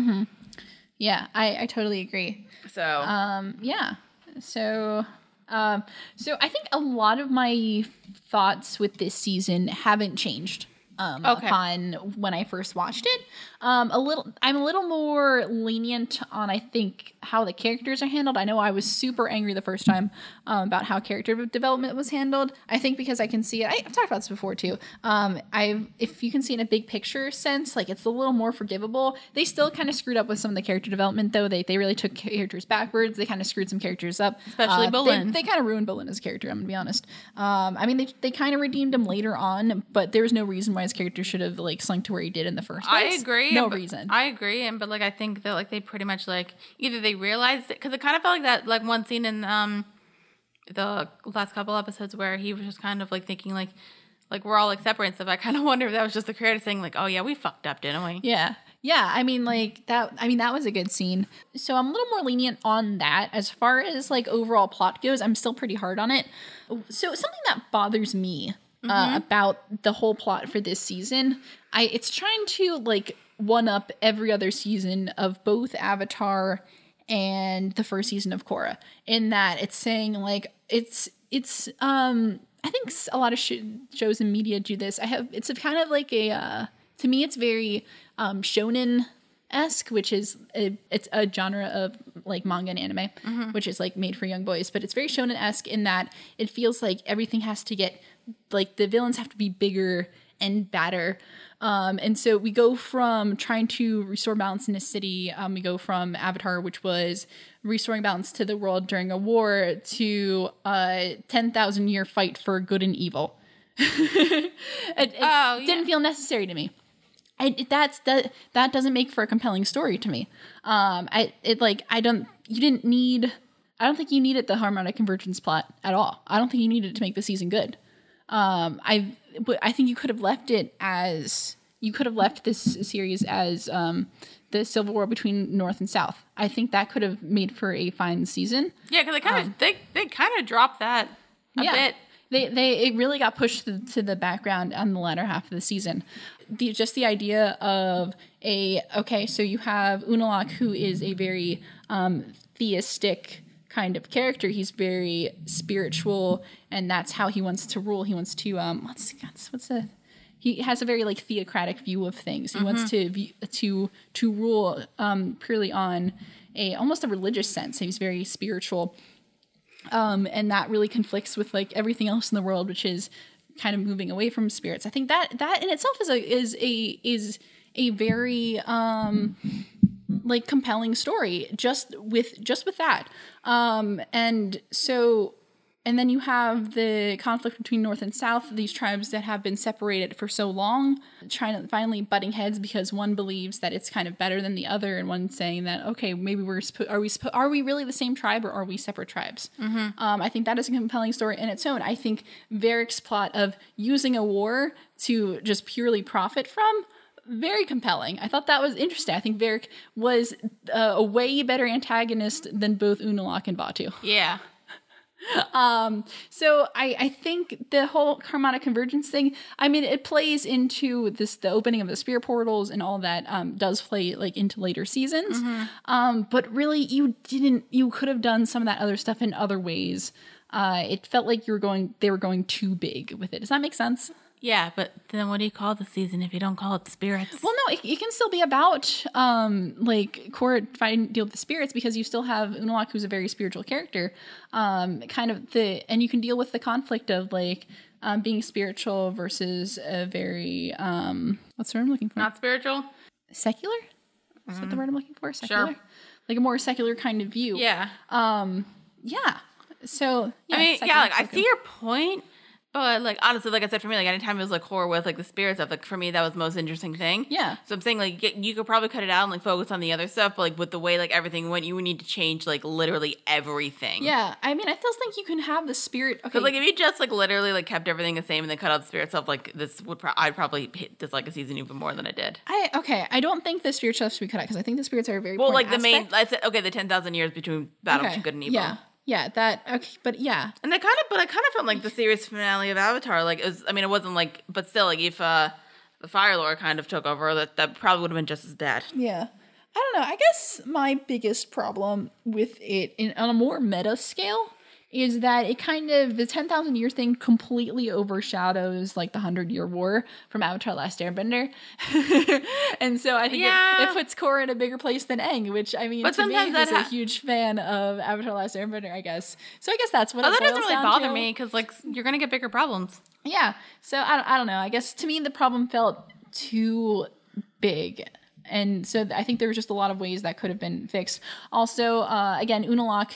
S1: yeah, I, I totally agree.
S2: So
S1: Um, yeah. So, um, so I think a lot of my thoughts with this season haven't changed. Um,
S2: Okay.
S1: Upon when I first watched it, um, a little, I'm a little more lenient on I think how the characters are handled. I know I was super angry the first time um, about how character development was handled. I think because I can see it. I, I've talked about this before too. Um, I if you can see in a big picture sense, like it's a little more forgivable. They still kind of screwed up with some of the character development though. They they really took characters backwards. They kind of screwed some characters up, Uh,
S2: Especially
S1: they-
S2: Bolin.
S1: They, kind of ruined Bolin's character. I'm gonna be honest. Um, I mean they they kind of redeemed him later on, but there was no reason why his character should have like sunk to where he did in the first
S2: I
S1: place.
S2: agree.
S1: No
S2: but-
S1: reason.
S2: I agree, and but like I think that like they pretty much like either they realized it because it kind of felt like that like one scene in um the last couple episodes where he was just kind of like thinking like like we're all like separate and stuff. I kind of wonder if that was just the creator saying like oh yeah we fucked up didn't we?
S1: Yeah. Yeah, I mean like that I mean that was a good scene. So I'm a little more lenient on that as far as like overall plot goes. I'm still pretty hard on it. So something that bothers me uh, about the whole plot for this season, I it's trying to like one up every other season of both Avatar and the first season of Korra in that it's saying like it's it's um I think s- a lot of sh- shows and media do this. I have it's a kind of like a uh, to me it's very um shonen esque, which is a, it's a genre of like manga and anime, which is like made for young boys. But it's very shonen esque in that it feels like everything has to get like the villains have to be bigger and badder. Um, and so we go from trying to restore balance in a city. Um, we go from Avatar, which was restoring balance to the world during a war, to a ten thousand year fight for good and evil. it it
S2: Oh, yeah.
S1: didn't feel necessary to me. I, it- that's that that doesn't make for a compelling story to me. Um, I it like I don't you didn't need I don't think you needed the harmonic convergence plot at all. I don't think you needed it to make the season good. Um, I but I think you could have left it as you could have left this series as um, the civil war between North and South. I think that could have made for a fine season.
S2: Yeah, because they kind
S1: Um,
S2: of they they kind of dropped that a bit.
S1: They, they it really got pushed to, to the background on the latter half of the season. The, just the idea of a okay, so you have Unalak, who is a very um, theistic kind of character. He's very spiritual, and that's how he wants to rule. He wants to um, what's what's what's the he has a very like theocratic view of things. He wants to view, to to rule um, purely on a almost a religious sense. He's very spiritual um, and that really conflicts with like everything else in the world, which is kind of moving away from spirits. I think that that in itself is a is a is a very um, like compelling story just with just with that. Um, and so And then you have the conflict between North and South, these tribes that have been separated for so long, trying to finally butting heads because one believes that it's kind of better than the other, and one's saying that okay, maybe we're sp- are we sp- are we really the same tribe or are we separate tribes? Um, I think that is a compelling story in its own. I think Varick's plot of using a war to just purely profit from very compelling. I thought that was interesting. I think Varric was uh, a way better antagonist than both Unalak and Batu.
S2: Yeah.
S1: So I, I think the whole harmonic convergence thing, I mean, it plays into this the opening of the spear portals and all that um, does play like into later seasons. Um, but really, you didn't. You could have done some of that other stuff in other ways. Uh, it felt like you were going. They were going too big with it. Does that make sense?
S2: Yeah, but then what do you call the season if you don't call it spirits?
S1: Well, no, it, it can still be about um, like court fighting deal with the spirits because you still have Unalak, who's a very spiritual character, um, kind of the, and you can deal with the conflict of like um, being spiritual versus a very um, what's the word I'm looking for?
S2: Not spiritual?
S1: secular. Is that the word I'm looking for? Secular, like a more secular kind of view. Um,
S2: Yeah.
S1: yeah. So yeah,
S2: I mean,
S1: secular,
S2: yeah, like I
S1: secular.
S2: see your point, but like honestly, like I said, for me, like anytime it was like horror with like the spirit stuff, like for me, that was the most interesting thing.
S1: Yeah.
S2: So I'm saying like y- you could probably cut it out and like focus on the other stuff, but like with the way like everything went, you would need to change like literally everything.
S1: Yeah, I mean, I still think you can have the spirit. Okay,
S2: Because like if you just like literally like kept everything the same and then cut out the spirit stuff, like this would pro- I'd probably hit dislike a season even more than I did.
S1: I okay, I don't think the spirit stuff should be cut out because I think the spirits are a very
S2: Well, like
S1: important
S2: the main,
S1: aspect.
S2: I said, okay, the ten thousand years between battle
S1: Okay,
S2: between good and evil.
S1: Yeah, yeah, that okay, but yeah,
S2: And I kind of, but I kind of felt like the series finale of Avatar, like it was. I mean, it wasn't like, but still, like if uh the Fire Lord kind of took over, that that probably would have been just as bad.
S1: yeah. I don't know. I guess my biggest problem with it, in, on a more meta scale, is that it kind of the ten thousand year thing completely overshadows like the hundred year war from Avatar: Last Airbender, and so I think it-
S2: Yeah.
S1: it, puts Korra in a bigger place than Aang, which I mean,
S2: But
S1: to me,
S2: sometimes that
S1: is a
S2: ha-
S1: huge fan of Avatar: Last Airbender, I guess. So I guess that's what.
S2: Oh,
S1: it
S2: that doesn't
S1: boils
S2: really
S1: down
S2: bother
S1: to.
S2: me because like you're gonna get bigger problems.
S1: Yeah. So I don't, I don't know. I guess to me the problem felt too big. And so th- I think there was just a lot of ways that could have been fixed. Also, uh, again, Unalak,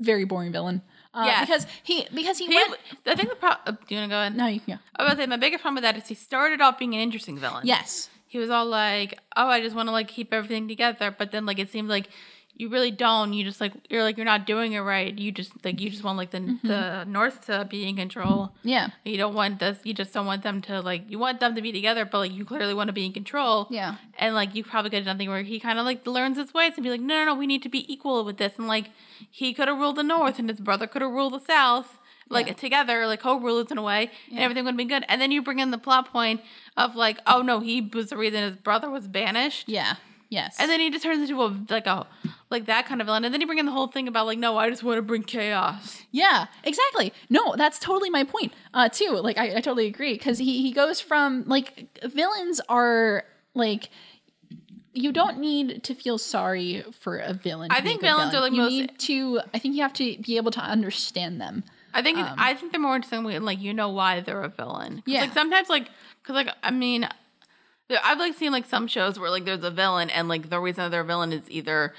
S1: very boring villain. Uh,
S2: Yes.
S1: Because he because he,
S2: He,
S1: went.
S2: I think the pro. Uh, do you wanna go ahead?
S1: No, you can go.
S2: I was gonna say my biggest problem with that is he started off being an interesting villain.
S1: Yes.
S2: He was all like, "Oh, I just want to like keep everything together," but then like it seemed like you really don't. You just like you're like you're not doing it right. You just like you just want like the
S1: Mm-hmm.
S2: the North to be in control.
S1: Yeah.
S2: You don't want this. You just don't want them to like. You want them to be together, but like you clearly want to be in control.
S1: Yeah.
S2: And like you probably could have done something where he kind of like learns his ways and be like, no, no, no, we need to be equal with this. And like he could have ruled the north and his brother could have ruled the south. Like
S1: Yeah.
S2: together, like co-rulers in a way, and everything would have been good. And then you bring in the plot point of like, oh no, he was the reason his brother was banished.
S1: Yeah. Yes.
S2: And then he just turns into a like a like that kind of villain. And then you bring in the whole thing about like, no, I just want to bring chaos.
S1: Yeah, exactly. No, that's totally my point uh, too. Like, I, I totally agree because he he goes from like villains are like you don't need to feel sorry for a villain. to
S2: I
S1: be a
S2: think
S1: good
S2: villains
S1: villain.
S2: are, like,
S1: you
S2: most-
S1: need to. I think you have to be able to understand them.
S2: I think I think they're more interesting when like you know why they're a villain. 'Cause,
S1: Um, Yeah.
S2: Like sometimes like because like I mean, there- I've like seen like some shows where like there's a villain and like the reason they're a villain is either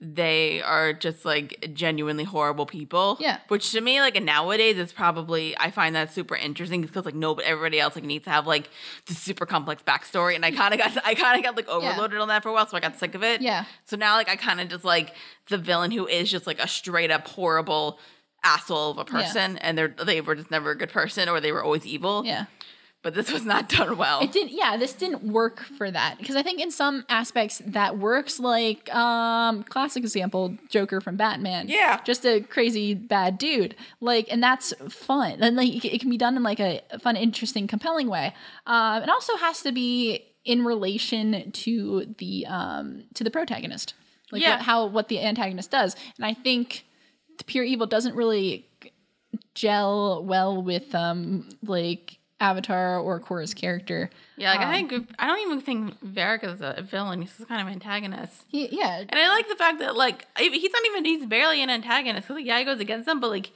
S2: they are just like genuinely horrible people.
S1: Yeah.
S2: Which to me like nowadays is probably I find that super interesting because like nobody everybody else like needs to have like this super complex backstory and I kind of got I kind of got like overloaded on that for a while so I got sick of it.
S1: Yeah.
S2: So now like I kind of just like the villain who is just like a straight up horrible asshole of a person and they're they were just never a good person or they were always evil.
S1: Yeah.
S2: But this was not done well.
S1: It didn't. Yeah, this didn't work for that because I think in some aspects that works. Like um, classic example, Joker from Batman.
S2: Yeah.
S1: just a crazy bad dude. Like, and that's fun. And like it can be done in like a fun, interesting, compelling way. Um, it also has to be in relation to the um to the protagonist. Like
S2: Yeah.
S1: what, how what the antagonist does, and I think the pure evil doesn't really gel well with um like Avatar or Korra's character.
S2: yeah, like I think I don't even think Varric is a villain. He's just kind of an antagonist.
S1: He, yeah,
S2: And I like the fact that like I- he's not even he's barely an antagonist because like yeah he goes against them, but like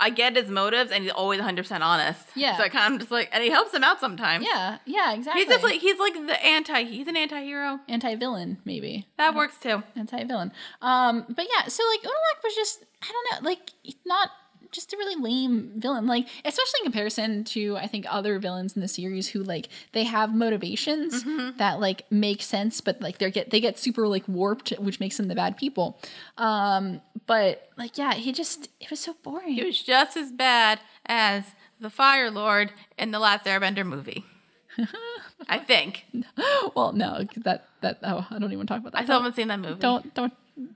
S2: I get his motives and he's always one hundred percent honest.
S1: Yeah.
S2: So I kind of just like and he helps him out sometimes.
S1: yeah, yeah, exactly.
S2: He's just like he's like the anti he's an anti hero.
S1: anti-villain, maybe
S2: That works too.
S1: anti-villain. Um, but yeah, so like Unalak was just I don't know, like not just a really lame villain. Like especially in comparison to I think other villains in the series who like they have motivations
S2: Mm-hmm.
S1: that like make sense, but like they get they get super like warped, which makes them the bad people. Um, but like yeah, he just it was so boring.
S2: He was just as bad as the Fire Lord in the last Airbender movie. I think.
S1: well, no, that that oh I don't even want to talk about that.
S2: I still haven't seen that movie.
S1: don't don't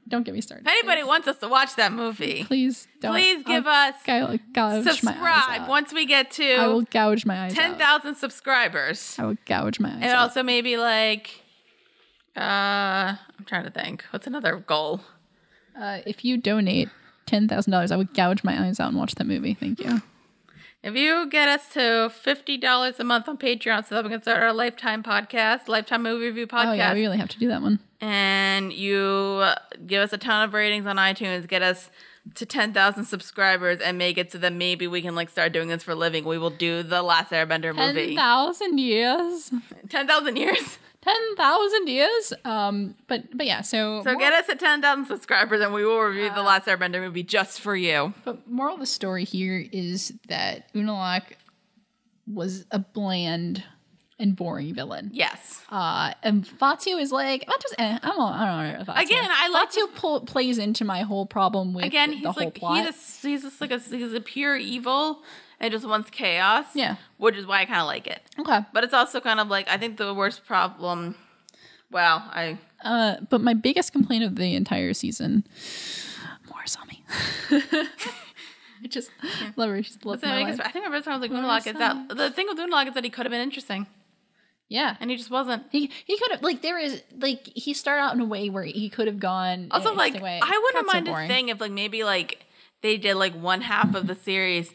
S1: don't get me started.
S2: If anybody wants us to watch that movie,
S1: please don't.
S2: please give
S1: I'll
S2: us
S1: gou- gouge My eyes
S2: subscribe
S1: out.
S2: once we get
S1: I will
S2: to
S1: gouge my eyes out.
S2: 10,000 subscribers.
S1: I will gouge my eyes
S2: And
S1: out.
S2: also maybe like, uh, I'm trying to think. What's another goal?
S1: Uh, if you donate ten thousand dollars, I would gouge my eyes out and watch that movie. Thank you.
S2: If you get us to $50 a month on Patreon so that we can start our Lifetime podcast, Lifetime movie review podcast,
S1: Oh yeah, we really have to do that one.
S2: and you uh, give us a ton of ratings on iTunes, get us to 10,000 subscribers and make it so that maybe we can like start doing this for a living. We will do the last Airbender
S1: Ten
S2: movie.
S1: thousand years.
S2: 10,000 years.
S1: Ten thousand years. Um, but but yeah. So
S2: So
S1: mor-
S2: get us to 10,000 subscribers and we will review the last Airbender movie just for you.
S1: But moral of the story here is that Unalak was a bland and boring villain.
S2: Yes.
S1: Uh, and Fatu is like, Fatu's eh, I'm all, I don't know. about Fatu.
S2: Again, I love
S1: Fatu pull, plays into my whole problem with
S2: Again,
S1: the
S2: he's
S1: whole
S2: like
S1: plot.
S2: he's just, he's just like a he's a pure evil and just wants chaos.
S1: Yeah.
S2: Which is why I kind of like it.
S1: okay,
S2: But it's also kind of like I think the worst problem well, I
S1: uh, but my biggest complaint of the entire season, more Sami. I just love her. She's loves
S2: So I
S1: my
S2: guess-
S1: life.
S2: I think my first time was like Unalak is that the thing with Unalak is that he could have been interesting
S1: Yeah.
S2: and he just wasn't.
S1: He, he could have like there is like he started out in a way where he could have gone
S2: Also,
S1: in an
S2: like
S1: interesting way.
S2: I wouldn't
S1: Got so
S2: mind a
S1: boring.
S2: thing if like maybe like they did like one half of the series,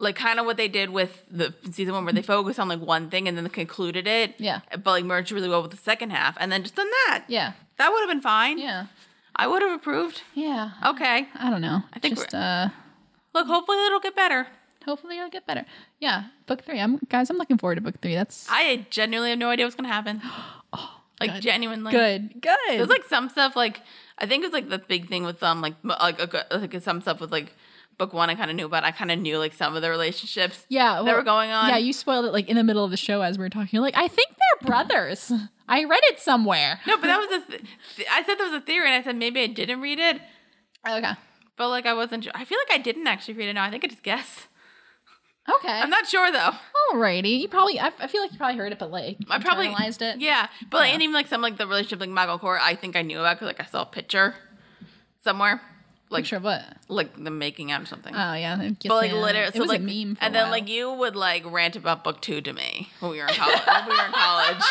S2: like kind of what they did with the season one where they focused on like one thing and then concluded it.
S1: Yeah.
S2: but like merged really well with the second half and then just done that.
S1: Yeah,
S2: That would have been fine.
S1: yeah,
S2: I would have approved.
S1: yeah.
S2: Okay.
S1: I don't know. I
S2: think
S1: just uh,
S2: Look, hopefully it'll get better.
S1: hopefully it'll get better. Yeah, book three. I'm guys. I'm looking forward to book three. That's
S2: I genuinely have no idea what's gonna happen. like genuinely.
S1: Oh, good. Good.
S2: There's like some stuff like I think it's like the big thing with um like m- like, a good- like some stuff with like book one I kind of knew about I kind of knew like some of the relationships
S1: yeah,
S2: that
S1: well,
S2: were going on
S1: Yeah, you spoiled it like in the middle of the show as we were talking. You're like, I think they're brothers. I read it somewhere.
S2: no but that was a th- th- I said there was a theory and I said maybe I didn't read it
S1: Okay.
S2: but like I wasn't sure. I feel like I didn't actually read it now I think I just guessed
S1: Okay.
S2: I'm not sure though
S1: Alrighty. You probably. I, I feel like you probably heard it, but like
S2: I probably
S1: internalized it.
S2: yeah but like, and even like some like the relationship like Michael Core I think I knew about because like I saw a picture somewhere like
S1: Picture of what?
S2: like them making out or something
S1: Oh yeah. it gets
S2: But like
S1: in.
S2: literally,
S1: it
S2: so
S1: was
S2: like,
S1: a meme. For
S2: and
S1: a
S2: then
S1: while.
S2: like you would like rant about book two to me when we were in college. when we were in college,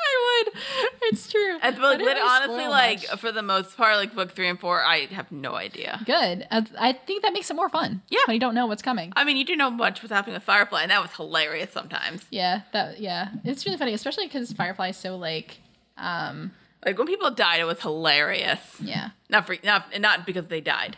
S1: I would. It's true.
S2: and but,
S1: I
S2: like,
S1: didn't
S2: lit-
S1: really
S2: honestly,
S1: spoil
S2: like
S1: much.
S2: for the most part, like book three and four, I have no idea.
S1: good. I, I think that makes it more fun.
S2: Yeah.
S1: When you don't know what's coming.
S2: I mean, you do know much was happening with Firefly, and that was hilarious sometimes.
S1: Yeah, that yeah, it's really funny, especially because Firefly is so like, um,
S2: Like when people died, it was hilarious.
S1: yeah,
S2: Not for not and not because they died,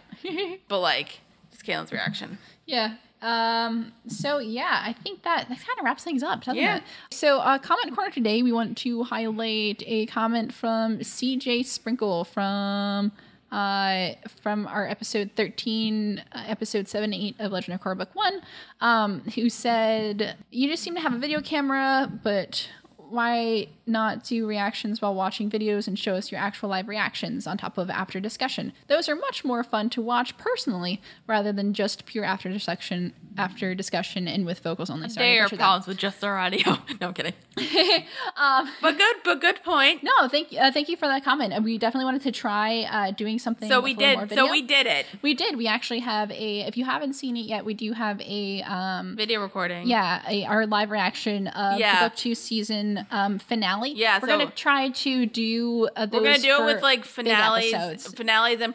S2: but like just Caitlin's reaction.
S1: yeah. Um, so yeah, I think that that kind of wraps things up, doesn't
S2: Yeah.
S1: it? So, uh, comment corner today, we want to highlight a comment from CJ Sprinkle from. Uh, from our episode 13, uh, episode 7 8 of Legend of Korra Book 1, um, who said, You just seem to have a video camera, but why not do reactions while watching videos and show us your actual live reactions on top of after discussion? Those are much more fun to watch personally rather than just pure after discussion, after discussion and with vocals only. Sorry, I
S2: There are
S1: butchered that.
S2: problems with just our audio. no, I'm kidding. but good, but good point.
S1: No, thank uh, thank you for that comment. And we definitely wanted to try uh, doing something.
S2: so
S1: with
S2: we
S1: a little more
S2: did. So
S1: video.
S2: we did it.
S1: We did. We actually have a. If you haven't seen it yet, we do have a. Um,
S2: Video recording.
S1: yeah, a, our live reaction of
S2: Yeah.
S1: the book two season um, finale.
S2: Yeah,
S1: we're
S2: so-
S1: gonna try to do. Uh, those
S2: We're gonna do it
S1: for
S2: with like
S1: big
S2: finales,
S1: episodes.
S2: finales and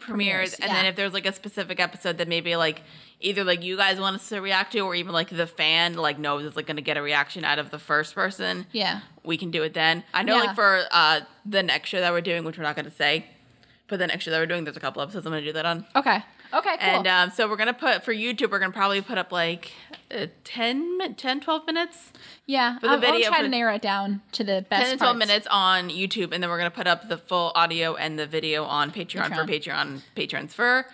S1: Premieres,
S2: premieres, and then
S1: yeah.
S2: if there's like a specific episode that maybe like either like you guys want us to react to, or even like the fan like knows is like gonna get a reaction out of the first person,
S1: Yeah,
S2: we can do it then. I know
S1: Yeah.
S2: like for uh the next show that we're doing, which we're not gonna say, but the next show that we're doing, there's a couple episodes I'm gonna do that on.
S1: Okay. Okay. Cool.
S2: And um, so we're gonna put for YouTube, we're gonna probably put up like uh, 10, mi- 10, 12 minutes,
S1: yeah,
S2: the
S1: I'll,
S2: video
S1: I'll try
S2: for-
S1: to narrow it down to the best.
S2: ten to twelve
S1: parts.
S2: minutes on YouTube, and then we're gonna put up the full audio and the video on Patreon, for Patreon patrons for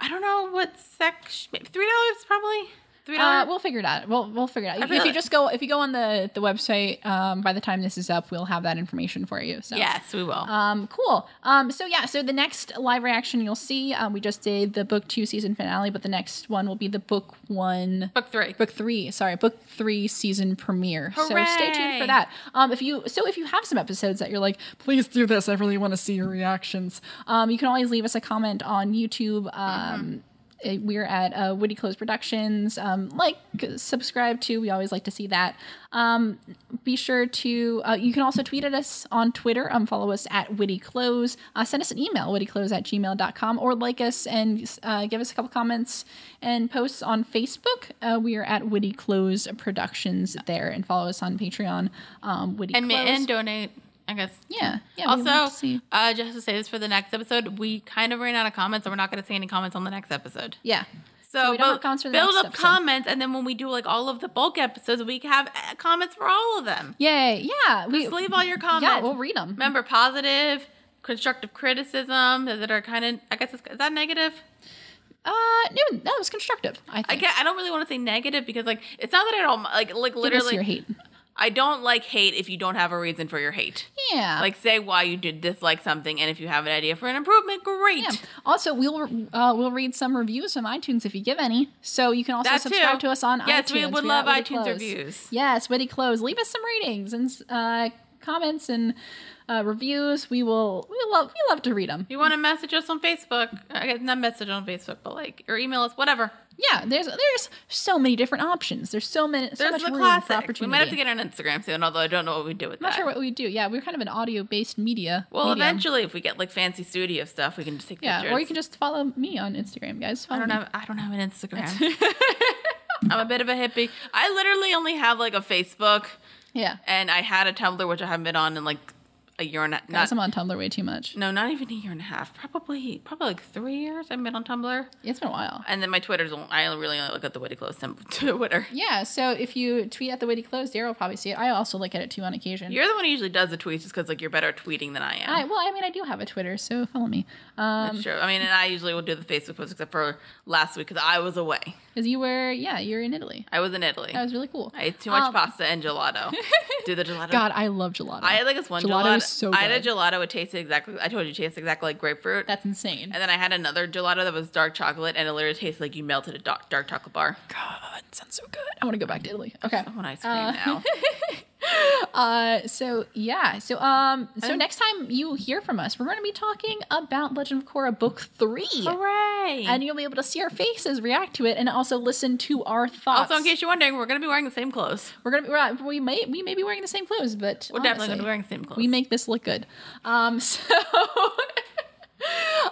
S2: I don't know what section. Three dollars probably. Three
S1: Uh,
S2: dollars.
S1: we'll figure it out. We'll we'll figure it out. If
S2: feel
S1: you
S2: like-
S1: just go if you go on the the website, um, by the time this is up, we'll have that information for you. So
S2: yes, we will.
S1: Um, cool. Um, so yeah, so the next live reaction you'll see, um, we just did the book two season finale, but the next one will be the book one.
S2: Book three.
S1: Book three, sorry, book three season premiere. So stay tuned
S2: Hooray!
S1: for that. Um, if you so if you have some episodes that you're like, please do this, I really want to see your reactions. Um, you can always leave us a comment on YouTube.
S2: Mm-hmm.
S1: Um, eh, We're at uh, Woody Close Productions. Um, like, subscribe to. We always like to see that. Um, be sure to. Uh, you can also tweet at us on Twitter. Um, follow us at Witty Close. Uh, send us an email, wittyclose at gmail.com, or like us and uh, give us a couple comments and posts on Facebook. Uh, we are at Witty Close Productions there, and follow us on Patreon. Um, Witty
S2: and, ma-
S1: Close.
S2: and donate. I guess.
S1: yeah, yeah. we want to
S2: Also,
S1: see-
S2: uh, just to say this for the next episode, we kind of ran out of comments, so we're not going to see any comments on the next episode.
S1: yeah.
S2: So,
S1: we don't have
S2: but
S1: comments for the
S2: build
S1: next
S2: up
S1: episode.
S2: comments, and then when we do like all of the bulk episodes, we can have uh, comments for all of them.
S1: Yay! Yeah, we
S2: Just leave all your comments.
S1: yeah we'll read them.
S2: Remember positive, constructive criticism that are kind of. I guess it's, is that negative?
S1: Uh, no, that was constructive. I
S2: I
S1: think.
S2: get. I don't really want to say negative because like it's not that I don't like like
S1: Give us
S2: literally.
S1: your hate.
S2: I don't like hate if you don't have a reason for your hate.
S1: Yeah,
S2: Like say why you did dislike something, and if you have an idea for an improvement, great.
S1: Yeah. Also, we'll uh, we'll read some reviews from iTunes if you give any. So you can also
S2: That
S1: subscribe
S2: too.
S1: to us on
S2: Yes,
S1: iTunes.
S2: we would
S1: are
S2: love
S1: at Witty
S2: iTunes
S1: Close.
S2: reviews.
S1: Yes, witty close. Leave us some ratings and uh, comments and uh, reviews. We will we love we love to read them.
S2: If you want to message us on Facebook, I guess not message on Facebook, but like or email us, whatever.
S1: Yeah, there's there's so many different options. There's so many so
S2: There's
S1: much
S2: the
S1: room for
S2: classics.
S1: opportunity.
S2: We might have to get on Instagram soon, although I don't know what we do with
S1: I'm not
S2: that.
S1: sure what we do. Yeah, we're kind of an audio based media.
S2: well,
S1: medium.
S2: eventually, if we get like fancy studio stuff, we can just take
S1: Yeah,
S2: pictures.
S1: or you can just follow me on Instagram, guys.
S2: I
S1: Follow
S2: don't
S1: me.
S2: have. I don't have an Instagram. Um, I'm a bit of a hippie. I literally only have like a Facebook,
S1: Yeah,
S2: and I had a Tumblr, which I haven't been on in like a year and a,
S1: guys,
S2: not
S1: I'm on Tumblr way too much.
S2: no, not even a year and a half. Probably, probably like three years. I've been on Tumblr,
S1: It's been a while.
S2: and then my Twitter's. only- I really only look at the witty close sim- Twitter.
S1: Yeah, so if you tweet at the witty close, Daryl will probably see it. I also look at it too on occasion.
S2: You're the one who usually does the tweets, just because like you're better at tweeting than I am.
S1: I, well, I mean, I do have a Twitter, so follow me. Um,
S2: Sure. I mean, and I usually will do the Facebook post, except for last week because I was away.
S1: because you were, yeah, you were in Italy.
S2: I was in Italy.
S1: That was really cool.
S2: I ate too much
S1: Um,
S2: pasta and gelato. Do the gelato.
S1: God, I love gelato.
S2: I had like this one gelato.
S1: Gelato is so
S2: I had a
S1: good.
S2: gelato. It tasted exactly. I told you, it tasted exactly like grapefruit.
S1: That's insane.
S2: and then I had another gelato that was dark chocolate, and it literally tasted like you melted a dark, dark chocolate bar.
S1: God, sounds so good. I want to go back to Italy. Okay.
S2: I want ice cream
S1: Uh,
S2: now.
S1: Uh, so yeah, so um, so next time you hear from us, we're going to be talking about Legend of Korra Book Three,
S2: Hooray!
S1: and you'll be able to see our faces, react to it, and also listen to our thoughts.
S2: also, in case you're wondering, we're gonna be wearing the same clothes.
S1: we're gonna be, we're, not- we may we may be wearing the same clothes, but
S2: We're definitely gonna
S1: honestly-
S2: be wearing the same clothes.
S1: We make this look good. Um, so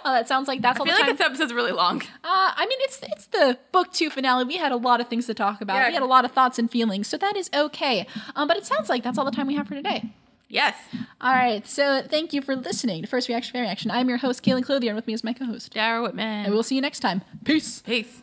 S1: oh, that sounds like that's all
S2: I feel
S1: the
S2: like
S1: time.
S2: this episode's really long.
S1: uh, I mean, it's it's the book two finale. We had a lot of things to talk about.
S2: Yeah.
S1: We had a lot of thoughts and feelings, so that is okay. Um, but it sounds like that's all the time we have for today.
S2: Yes,
S1: All right. So thank you for listening to First Reaction Fair Reaction. I'm your host, Kaylin Clothier, and with me is my co-host.
S2: Dara Whitman.
S1: And we'll see you next time. Peace.
S2: Peace.